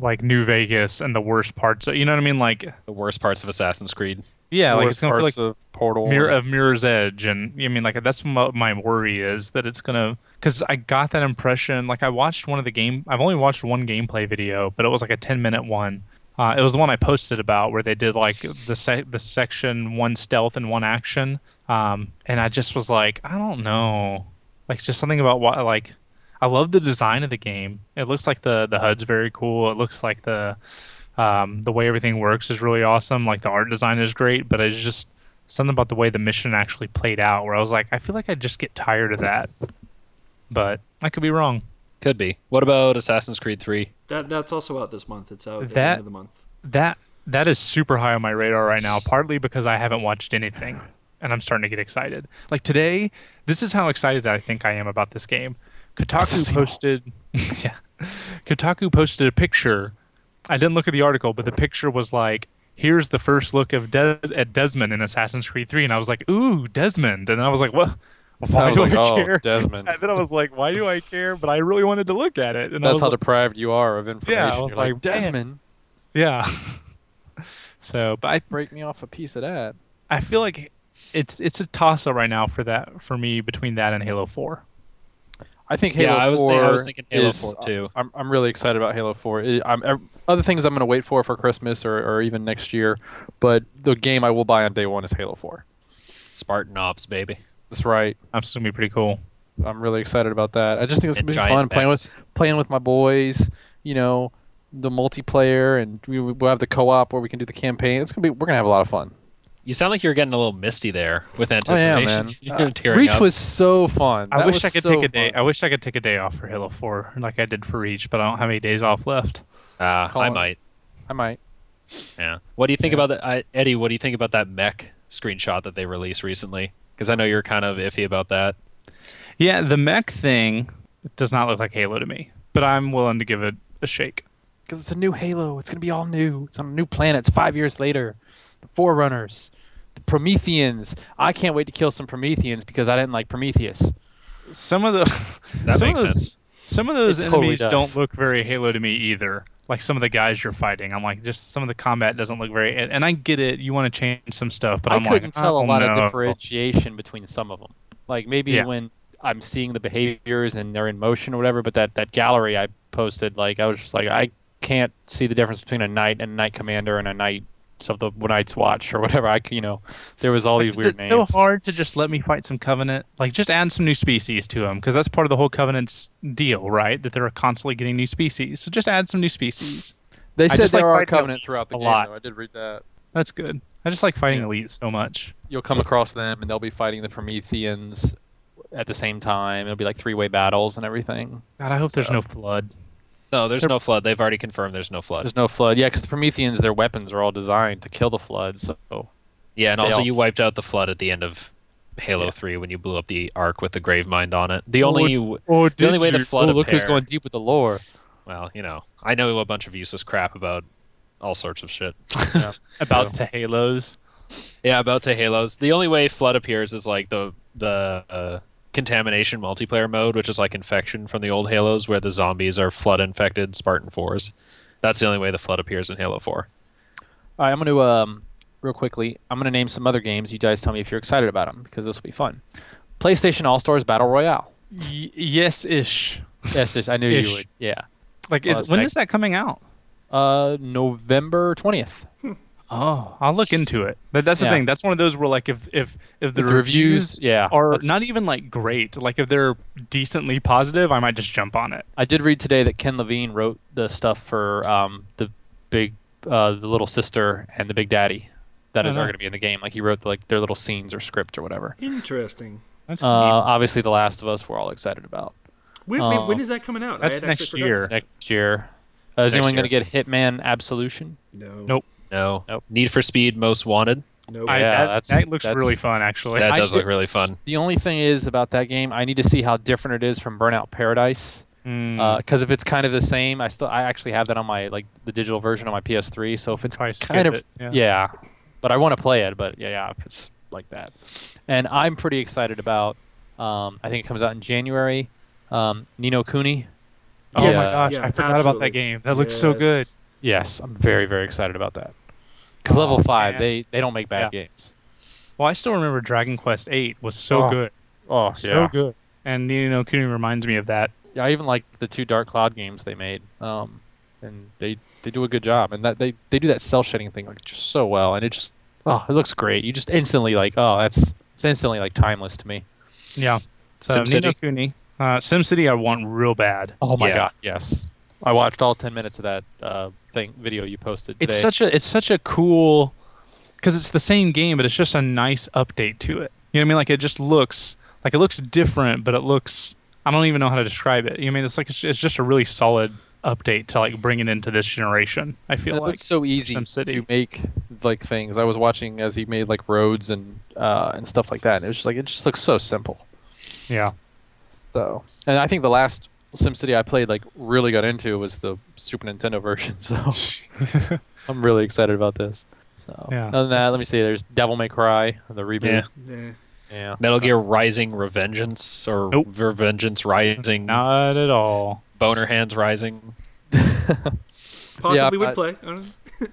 Speaker 2: like new vegas and the worst parts of, you know what i mean like
Speaker 5: The worst parts of Assassin's Creed.
Speaker 2: yeah
Speaker 3: The
Speaker 2: like it's
Speaker 3: worst
Speaker 2: gonna feel like
Speaker 3: parts of Portal.
Speaker 2: Mirror of Mirror's Edge, and I mean, like that's my, my worry is that it's gonna because I got that impression. Like I watched one of the game, I've only watched one gameplay video, but it was like a ten minute one. Uh, it was the one I posted about where they did like the se- the section one stealth and one action, um, and I just was like, I don't know, like just something about what like. I love the design of the game. It looks like the the HUD's very cool. It looks like the um, the way everything works is really awesome. Like the art design is great, but it's just something about the way the mission actually played out where I was like, I feel like I just get tired of that. But I could be wrong.
Speaker 5: Could be. What about Assassin's Creed 3?
Speaker 4: That that's also out this month. It's out at the
Speaker 2: That-
Speaker 4: end of the month.
Speaker 2: That that is super high on my radar right now, partly because I haven't watched anything and I'm starting to get excited. Like today, this is how excited I think I am about this game. Kotaku posted yeah. Kotaku posted a picture. I didn't look at the article, but the picture was like Here's the first look of Des- at Desmond in Assassin's Creed 3, and I was like, "Ooh, Desmond!" And I was like, "What? Why
Speaker 3: I was
Speaker 2: do
Speaker 3: like,
Speaker 2: I
Speaker 3: oh,
Speaker 2: care?"
Speaker 3: Desmond.
Speaker 2: And then I was like, why do I care? But I really wanted to look at it. And I
Speaker 3: That's
Speaker 2: was
Speaker 3: how
Speaker 2: like,
Speaker 3: deprived you are of information.
Speaker 2: I was
Speaker 3: You're like,
Speaker 2: like, damn.
Speaker 3: Desmond,
Speaker 2: yeah. so, but I
Speaker 3: break me off a piece of that.
Speaker 2: I feel like it's it's a toss up right now for that for me between that and Halo Four.
Speaker 3: I think
Speaker 5: Yeah,
Speaker 3: Halo
Speaker 5: I was
Speaker 3: 4
Speaker 5: thinking- I was thinking Halo
Speaker 3: is, uh,
Speaker 5: 4 too.
Speaker 3: I'm, I'm really excited about Halo 4. It- I'm, ev- other things I'm going to wait for for Christmas or, or even next year, but the game I will buy on day one is Halo 4.
Speaker 5: Spartan Ops, baby.
Speaker 3: That's right.
Speaker 2: That's gonna be pretty cool.
Speaker 3: I'm really excited about that. I just think it's
Speaker 5: And
Speaker 3: going to be
Speaker 5: giant
Speaker 3: fun playing
Speaker 5: maps.
Speaker 3: with playing with my boys. You know, the multiplayer, and we, we'll have the co-op where we can do the campaign. It's going to be we're going to have a lot of fun.
Speaker 5: You sound like you're getting a little misty there with
Speaker 3: Oh yeah,
Speaker 5: anticipation.
Speaker 3: man.
Speaker 5: You're
Speaker 3: Uh,
Speaker 5: tearing
Speaker 3: Reach
Speaker 5: up.
Speaker 3: was so fun.
Speaker 2: I
Speaker 3: That
Speaker 2: wish
Speaker 3: was
Speaker 2: I could
Speaker 3: so
Speaker 2: take a day.
Speaker 3: fun.
Speaker 2: I wish I could take a day off for Halo Four like I did for Reach, but I don't have any days off left.
Speaker 5: Ah, I
Speaker 3: Colin.
Speaker 5: might.
Speaker 3: I might.
Speaker 5: Yeah. What do you think about that, I, Eddie? What do you think about that mech screenshot that they released recently? Because I know you're kind of iffy about that.
Speaker 2: Yeah, the mech thing does not look like Halo to me, but I'm willing to give it a shake.
Speaker 3: because it's a new Halo. It's gonna be all new. It's on a new planet. It's five years later. The Forerunners, the Prometheans. I can't wait to kill some Prometheans because I didn't like Prometheus.
Speaker 2: Some of the
Speaker 5: That
Speaker 2: some
Speaker 5: makes
Speaker 2: of those,
Speaker 5: sense.
Speaker 2: Some of those
Speaker 3: It totally
Speaker 2: enemies
Speaker 3: does.
Speaker 2: don't look very Halo to me either. Like some of the guys you're fighting, I'm like, just some of the combat doesn't look very. And, and I get it, you want to change some stuff, but
Speaker 3: I
Speaker 2: am
Speaker 3: couldn't
Speaker 2: like, "Oh,
Speaker 3: tell
Speaker 2: I
Speaker 3: a lot
Speaker 2: don't
Speaker 3: of
Speaker 2: know.
Speaker 3: differentiation between some of them. Like maybe
Speaker 2: Yeah.
Speaker 3: when I'm seeing the behaviors and they're in motion or whatever. But that that gallery I posted, like I was just like I can't see the difference between a knight and a knight commander and a knight of the Knight's Watch or whatever. I c- you know there was all
Speaker 2: Like,
Speaker 3: these
Speaker 2: is
Speaker 3: weird
Speaker 2: it
Speaker 3: names.
Speaker 2: so hard to just let me fight some covenant? Like, just add some new species to them because that's part of the whole covenant's deal, right? That they're constantly getting new species. So just add some new species.
Speaker 3: They
Speaker 2: I
Speaker 3: said
Speaker 2: just
Speaker 3: there
Speaker 2: like
Speaker 3: are
Speaker 2: fighting
Speaker 3: covenant
Speaker 2: elites
Speaker 3: throughout the
Speaker 2: a
Speaker 3: game.
Speaker 2: lot.
Speaker 3: Though. I did read that.
Speaker 2: That's good. I just like fighting
Speaker 3: Yeah.
Speaker 2: elites so much.
Speaker 3: You'll come across them, and they'll be fighting the Prometheans at the same time. It'll be like three-way battles and everything.
Speaker 2: God, I hope there's
Speaker 3: So-
Speaker 2: no flood.
Speaker 5: No, there's
Speaker 2: They're-
Speaker 5: no flood. They've already confirmed there's no flood.
Speaker 3: There's no flood. Yeah, because the Prometheans, their weapons are all designed to kill the flood. So
Speaker 5: Yeah, and
Speaker 3: they
Speaker 5: also
Speaker 3: all-
Speaker 5: you wiped out the flood at the end of Halo
Speaker 3: Yeah.
Speaker 5: 3 when you blew up the Ark with the Grave Mind on it. The
Speaker 2: Oh,
Speaker 5: only
Speaker 2: Oh,
Speaker 5: the only way to flood
Speaker 3: oh,
Speaker 5: a
Speaker 3: look who's
Speaker 5: pair-
Speaker 3: going deep with the lore.
Speaker 5: well, you know, I know a bunch of useless crap about all sorts of shit.
Speaker 3: Yeah.
Speaker 2: about to halos.
Speaker 5: Yeah, about to Halos. The only way Flood appears is like the the uh, contamination multiplayer mode, which is like infection from the old Halos, where the zombies are flood infected Spartan fours. That's the only way the Flood appears in Halo Four.
Speaker 3: All right, I'm going to um, real quickly. I'm going to name some other games. You guys tell me if you're excited about them because this will be fun. PlayStation All Stars Battle Royale.
Speaker 2: Y- yes, ish.
Speaker 3: Yes, yes, I knew
Speaker 2: Ish.
Speaker 3: you would. Yeah.
Speaker 2: Like,
Speaker 3: Well,
Speaker 2: it's,
Speaker 3: it's
Speaker 2: when
Speaker 3: next-
Speaker 2: is that coming out?
Speaker 3: Uh, November twentieth.
Speaker 2: Oh, I'll look into it. But that's the
Speaker 3: Yeah.
Speaker 2: thing. That's one of those where like if if if the, reviews,
Speaker 3: yeah,
Speaker 2: are
Speaker 3: that's-
Speaker 2: not even like great, like if they're decently positive, I might just jump on it.
Speaker 3: I did read today that Ken Levine wrote the stuff for um, the big, uh, the little sister and the big daddy that
Speaker 2: Oh,
Speaker 3: are
Speaker 2: nice.
Speaker 3: going to be in the game. Like he wrote like their little scenes or script or whatever.
Speaker 4: Interesting.
Speaker 2: That's
Speaker 3: Uh, obviously, The Last of Us we're all excited about
Speaker 4: When, when-
Speaker 3: Oh.
Speaker 4: when is that coming out? I
Speaker 2: That's
Speaker 4: had
Speaker 2: next
Speaker 4: actually forgotten.
Speaker 2: year.
Speaker 3: next year. Uh, is
Speaker 5: Next
Speaker 3: anyone going to get Hitman Absolution?
Speaker 4: No.
Speaker 2: Nope.
Speaker 5: No,
Speaker 3: Nope.
Speaker 5: Need for Speed Most Wanted.
Speaker 4: Nope.
Speaker 2: I,
Speaker 3: Oh, Yeah,
Speaker 2: that,
Speaker 3: that's-
Speaker 2: that looks
Speaker 3: that's-
Speaker 2: really fun, actually.
Speaker 5: That
Speaker 3: I
Speaker 5: does look
Speaker 3: did-
Speaker 5: really fun.
Speaker 3: The only thing is about that game, I need to see how different it is from Burnout Paradise.
Speaker 2: Mm,
Speaker 3: Because Uh, if it's kind of the same, I still I actually have that on my like the digital version on my PS3. So if it's
Speaker 2: probably skip
Speaker 3: kind of
Speaker 2: it,
Speaker 3: yeah. but I want to play it. But yeah, yeah, if it's like that, and I'm pretty excited about. Um, I think it comes out in January. Um, Nino Cooney.
Speaker 2: Oh
Speaker 4: Yes.
Speaker 2: my gosh,
Speaker 4: Yeah,
Speaker 2: I forgot about that
Speaker 4: absolutely.
Speaker 2: game. That looks so good.
Speaker 4: Yes.
Speaker 3: Yes, I'm very very excited about that. Because
Speaker 2: Oh,
Speaker 3: level five,
Speaker 2: man.
Speaker 3: they they don't make bad games.
Speaker 2: Well, I still remember Dragon Quest Eight was so
Speaker 3: Oh,
Speaker 2: good,
Speaker 3: Oh
Speaker 2: so good, and Nino no Kuni reminds me of that.
Speaker 3: Yeah, I even like the two Dark Cloud games they made. Um, and they they do a good job, and that they they do that cell shading thing like just so well, and it just oh it looks great. You just instantly like oh that's it's instantly like timeless to me.
Speaker 2: Yeah. So
Speaker 5: SimCity?
Speaker 2: Nino Kuni, uh, SimCity, I want real bad.
Speaker 3: Oh my
Speaker 5: Yeah.
Speaker 3: god, yes. I watched all 10 minutes of that uh, thing video you posted today.
Speaker 2: it's such a it's such a cool because it's the same game but it's just a nice update to it you know what i mean like it just looks like it looks different but it looks i don't even know how to describe it you know what i mean it's like it's, it's just a really solid update to like bring it into this generation i feel
Speaker 3: And it
Speaker 2: like
Speaker 3: looks so easy
Speaker 2: some city.
Speaker 3: to make like things. I was watching as he made like roads and uh, and stuff like that, and it was just like it just looks so simple.
Speaker 2: yeah
Speaker 3: So, and I think the last SimCity I played like really got into was the Super Nintendo version. So, I'm really excited about this. So,
Speaker 2: Yeah.
Speaker 3: other than that, let me see. There's Devil May Cry, the reboot.
Speaker 4: Nah.
Speaker 3: Yeah.
Speaker 5: Metal Gear Rising Revengeance or
Speaker 2: Nope.
Speaker 5: Revengeance
Speaker 3: Mm.
Speaker 5: Rising.
Speaker 2: not at all
Speaker 5: Boner Hands Rising.
Speaker 4: Possibly
Speaker 3: Yeah,
Speaker 4: would
Speaker 3: I-
Speaker 4: play. I don't know.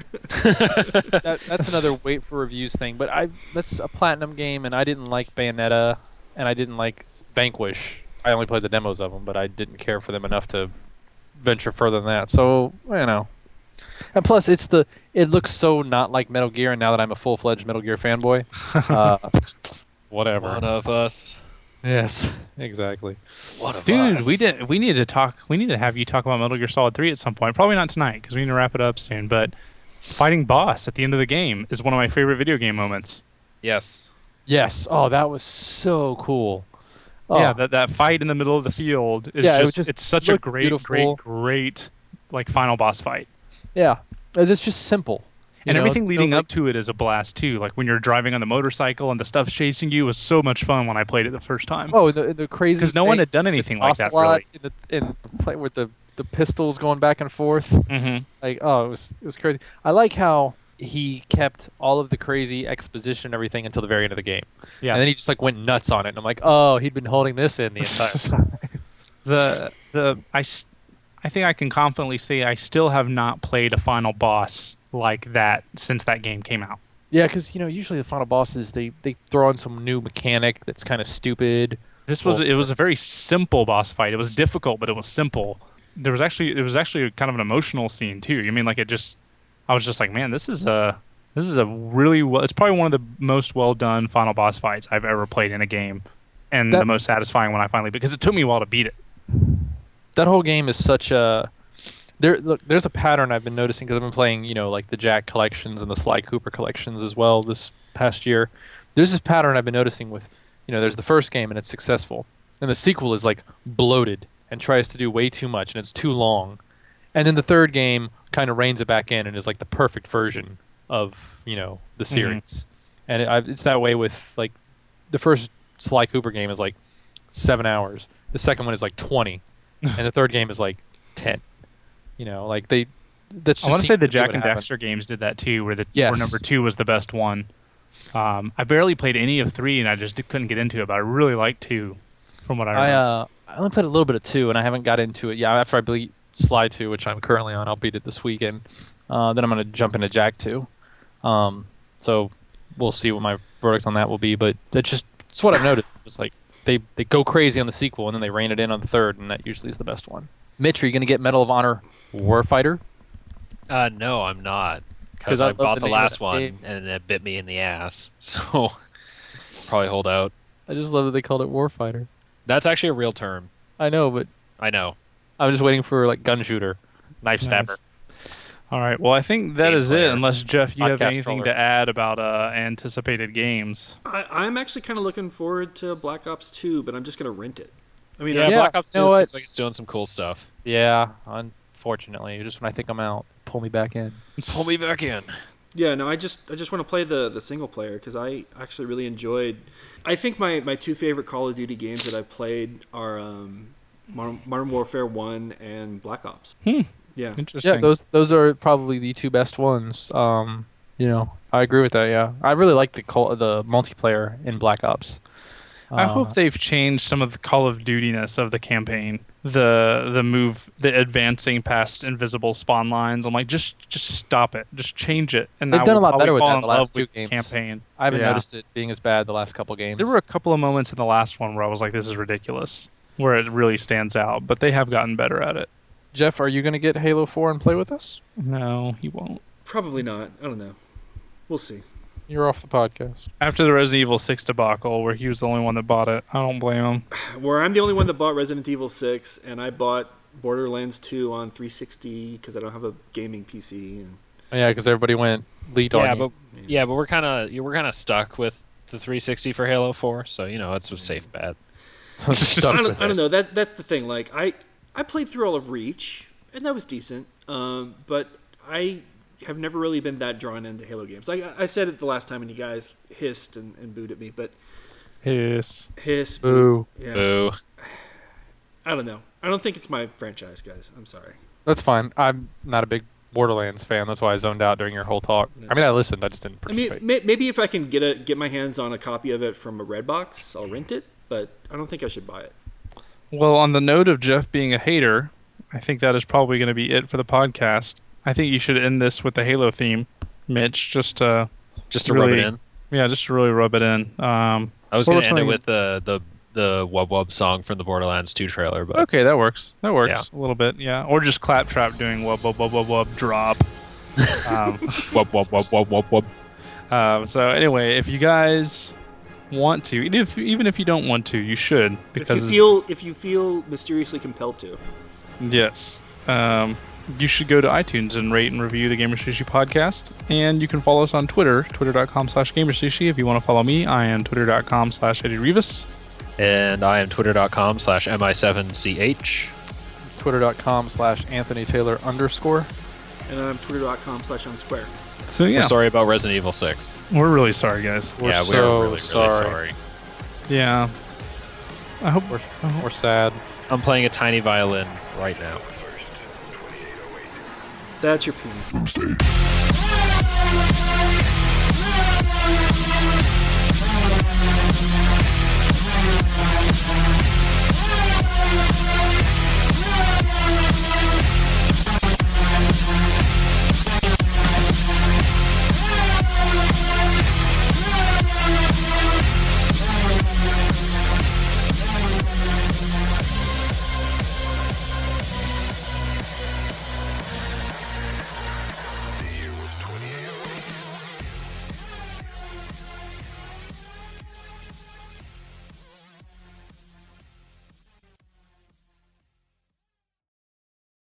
Speaker 3: that, that's another wait for reviews thing. But I that's a platinum game, and I didn't like Bayonetta, and I didn't like Vanquish. I only played the demos of them, but I didn't care for them enough to venture further than that. So you know, and plus it's the it looks so not like Metal Gear, and now that I'm a full fledged Metal Gear fanboy, uh, whatever.
Speaker 5: One of us.
Speaker 3: Yes, exactly.
Speaker 5: One of
Speaker 2: dude
Speaker 5: us.
Speaker 2: we did we need to talk we need to have you talk about metal gear solid 3 at some point probably not tonight because we need to wrap it up soon but fighting boss at the end of the game is one of my favorite video game moments
Speaker 5: Yes.
Speaker 3: Yes. Oh, that was so cool. Oh,
Speaker 2: Yeah, that, that fight in the middle of the field is
Speaker 3: Yeah, it was
Speaker 2: just,
Speaker 3: just-
Speaker 2: it's such a
Speaker 3: looked
Speaker 2: great,
Speaker 3: beautiful.
Speaker 2: great, great like final boss fight.
Speaker 3: yeah. It's just simple. you
Speaker 2: And
Speaker 3: know?
Speaker 2: everything
Speaker 3: It's
Speaker 2: leading
Speaker 3: no, like,
Speaker 2: up to it is a blast too. Like when you're driving on the motorcycle and the stuff chasing you was so much fun when I played it the first time.
Speaker 3: Oh, the, the crazy.
Speaker 2: Because no one
Speaker 3: thing-
Speaker 2: had done anything like that
Speaker 3: Ocelot
Speaker 2: really.
Speaker 3: in the in play with the the pistols going back and forth.
Speaker 2: Mm-hmm.
Speaker 3: Like oh, it was it was crazy. I like how he kept all of the crazy exposition and everything until the very end of the game.
Speaker 2: Yeah.
Speaker 3: And then he just like went nuts on it. And I'm like, oh, he'd been holding this in the entire time.
Speaker 2: The the I, s- I think I can confidently say I still have not played a final boss like that since that game came out.
Speaker 3: yeah, because you know usually the final bosses they they throw in some new mechanic that's kind of stupid
Speaker 2: This was it was a very simple boss fight. It was difficult, but it was simple. There was actually it was actually kind of an emotional scene too. You mean like it just I was just like, man, this is a this is a really well. It's probably one of the most well done final boss fights I've ever played in a game, and the
Speaker 3: That-
Speaker 2: most satisfying when I finally because it took me a while to beat it.
Speaker 3: that whole game is such a there look there's a pattern i've been noticing because i've been playing you know like the jack collections and the sly cooper collections as well this past year there's this pattern i've been noticing with you know there's the first game and it's successful and the sequel is like bloated and tries to do way too much and it's too long and then the third game kind of reins it back in and is like the perfect version of you know the series and it, I, it's that way with like the first sly cooper game is like seven hours the second one is like 20 and the third game is like 10 you know like they that's
Speaker 2: I want
Speaker 3: just
Speaker 2: to say the
Speaker 3: seems be
Speaker 2: Jack
Speaker 3: what
Speaker 2: and
Speaker 3: happened.
Speaker 2: Dexter games did that too, where the
Speaker 3: Yes.
Speaker 2: where number two was the best one. Um, I barely played any of three, and I just di- couldn't get into it. But I really liked two, from what I
Speaker 3: I
Speaker 2: remember.
Speaker 3: uh, I only played a little bit of two, and I haven't got into it. Yeah, after I beat Sly two, which I'm currently on, I'll beat it this weekend. Uh, then I'm gonna jump into Jack two. Um, so we'll see what my verdict on that will be. But that's just it's what I've noticed. It's like they they go crazy on the sequel, and then they rein it in on the third, and that usually is the best one. Mitch, are you gonna get Medal of Honor Warfighter?
Speaker 5: Uh, no, I'm not.
Speaker 3: 'Cause
Speaker 5: Because
Speaker 3: I
Speaker 5: I,
Speaker 3: love
Speaker 5: bought
Speaker 3: the
Speaker 5: the
Speaker 3: name of
Speaker 5: last
Speaker 3: that
Speaker 5: one
Speaker 3: game.
Speaker 5: and it bit me in the ass. So probably hold out.
Speaker 3: I just love that they called it Warfighter.
Speaker 5: That's actually a real term.
Speaker 3: I know, but
Speaker 5: I know.
Speaker 3: I'm just waiting for like gun shooter, knife
Speaker 2: Nice.
Speaker 3: stabber.
Speaker 2: All right. Well, I think that
Speaker 5: Game
Speaker 2: is it.
Speaker 5: player.
Speaker 2: Unless Jeff, you have
Speaker 3: uh, Podcast
Speaker 2: anything
Speaker 3: roller.
Speaker 2: to add about uh, anticipated games.
Speaker 4: I, I'm actually kind of looking forward to Black Ops 2, but I'm just going to rent it. I mean,
Speaker 5: Yeah,
Speaker 4: I,
Speaker 3: Yeah,
Speaker 5: Black Ops
Speaker 3: you
Speaker 5: 2
Speaker 3: know what?
Speaker 5: seems like it's doing some cool stuff.
Speaker 3: Yeah, unfortunately, just when I think I'm out, pull me back in.
Speaker 5: Pull me back in.
Speaker 4: yeah, no, I just I just want to play the the single player because I actually really enjoyed. I think my my two favorite Call of Duty games that I've played are um, Modern, Modern Warfare One and Black Ops.
Speaker 2: Hmm.
Speaker 4: Yeah,
Speaker 2: Interesting.
Speaker 3: Yeah, those those are probably the two best ones. Um, you know, I agree with that. Yeah, I really like the call, the multiplayer in Black Ops.
Speaker 2: I
Speaker 3: Uh,
Speaker 2: hope they've changed some of the Call of Dutiness of the campaign. The the move, the advancing past invisible spawn lines. I'm like, just just stop it. Just change it. And
Speaker 3: They've
Speaker 2: I
Speaker 3: done
Speaker 2: will
Speaker 3: a lot
Speaker 2: probably
Speaker 3: better with
Speaker 2: fall
Speaker 3: that
Speaker 2: in
Speaker 3: the
Speaker 2: love
Speaker 3: last two
Speaker 2: with the
Speaker 3: games.
Speaker 2: Campaign.
Speaker 3: I haven't
Speaker 2: Yeah.
Speaker 3: noticed it being as bad the last couple games.
Speaker 2: There were a couple of moments in the last one where I was like, this is ridiculous, where it really stands out. But they have gotten better at it.
Speaker 3: Jeff, are you gonna get Halo Four and play with us?
Speaker 2: No, you won't.
Speaker 4: probably not. I don't know. We'll see.
Speaker 3: You're off the podcast.
Speaker 2: After the Resident Evil 6 debacle, where he was the only one that bought it, I don't blame him.
Speaker 4: Where I'm the only one that bought Resident Evil 6, and I bought Borderlands 2 on 360 because I don't have a gaming PC. And
Speaker 3: Yeah, because everybody went lead on.
Speaker 5: Yeah,
Speaker 3: you.
Speaker 5: but yeah, but we're kind of we're kind of stuck with the 360 for Halo 4, so you know it's a safe bet.
Speaker 4: I don't, I don't know. That that's the thing. Like I I played through all of Reach, and that was decent. Um, but I have never really been that drawn into Halo games. Like I, I said it the last time, and you guys hissed and, and booed at me. But
Speaker 2: Yes.
Speaker 4: hiss, boo.
Speaker 3: Boo.
Speaker 4: Yeah,
Speaker 5: Boo.
Speaker 4: I don't know. I don't think it's my franchise, guys. I'm sorry.
Speaker 3: That's fine. I'm not a big Borderlands fan. That's why I zoned out during your whole talk. I mean, I listened. I just didn't
Speaker 4: I mean,
Speaker 3: participate.
Speaker 4: may, maybe if I can get a get my hands on a copy of it from a red box, I'll rent it. But I don't think I should buy it.
Speaker 2: Well, on the note of Jeff being a hater, I think that is probably going to be it for the podcast. I think you should end this with the Halo theme, Mitch, just to,
Speaker 5: Just to rub
Speaker 2: Really-
Speaker 5: it in.
Speaker 2: yeah, just to really rub it in. Um,
Speaker 5: I was
Speaker 2: Well,
Speaker 5: going
Speaker 2: it's
Speaker 5: to end it
Speaker 2: like-
Speaker 5: with the the the Wub Wub song from the Borderlands 2 trailer, but
Speaker 2: okay, that works. That works a little bit, yeah. Or just Claptrap doing wub, wub, wub, wub, wub, drop. Um,
Speaker 5: Wub Wub Wub Wub Wub Wub.
Speaker 2: Um, so anyway, if you guys want to, even if even if you don't want to, you should because
Speaker 4: if you
Speaker 2: it's-
Speaker 4: feel if you feel mysteriously compelled to,
Speaker 2: yes, um, you should go to iTunes and rate and review the Gamer Sushi podcast, and you can follow us on Twitter, twitter.com/slash Gamer Sushi. If you want to follow me, I am twitter.com/slash Eddie Rivas.
Speaker 5: And I am twitter.com slash mi7ch.
Speaker 3: Twitter.com slash Anthony Taylor underscore.
Speaker 4: and then I'm twitter.com/slash unsquare.
Speaker 2: So yeah,
Speaker 5: We're sorry about Resident Evil 6.
Speaker 2: we're really sorry, guys.
Speaker 3: We're
Speaker 5: yeah, we
Speaker 3: so
Speaker 5: are really, really
Speaker 3: sorry.
Speaker 5: sorry.
Speaker 2: Yeah, I hope
Speaker 3: We're, we're sad.
Speaker 5: I'm playing a tiny violin right now.
Speaker 4: That's your penis.
Speaker 6: Thank you.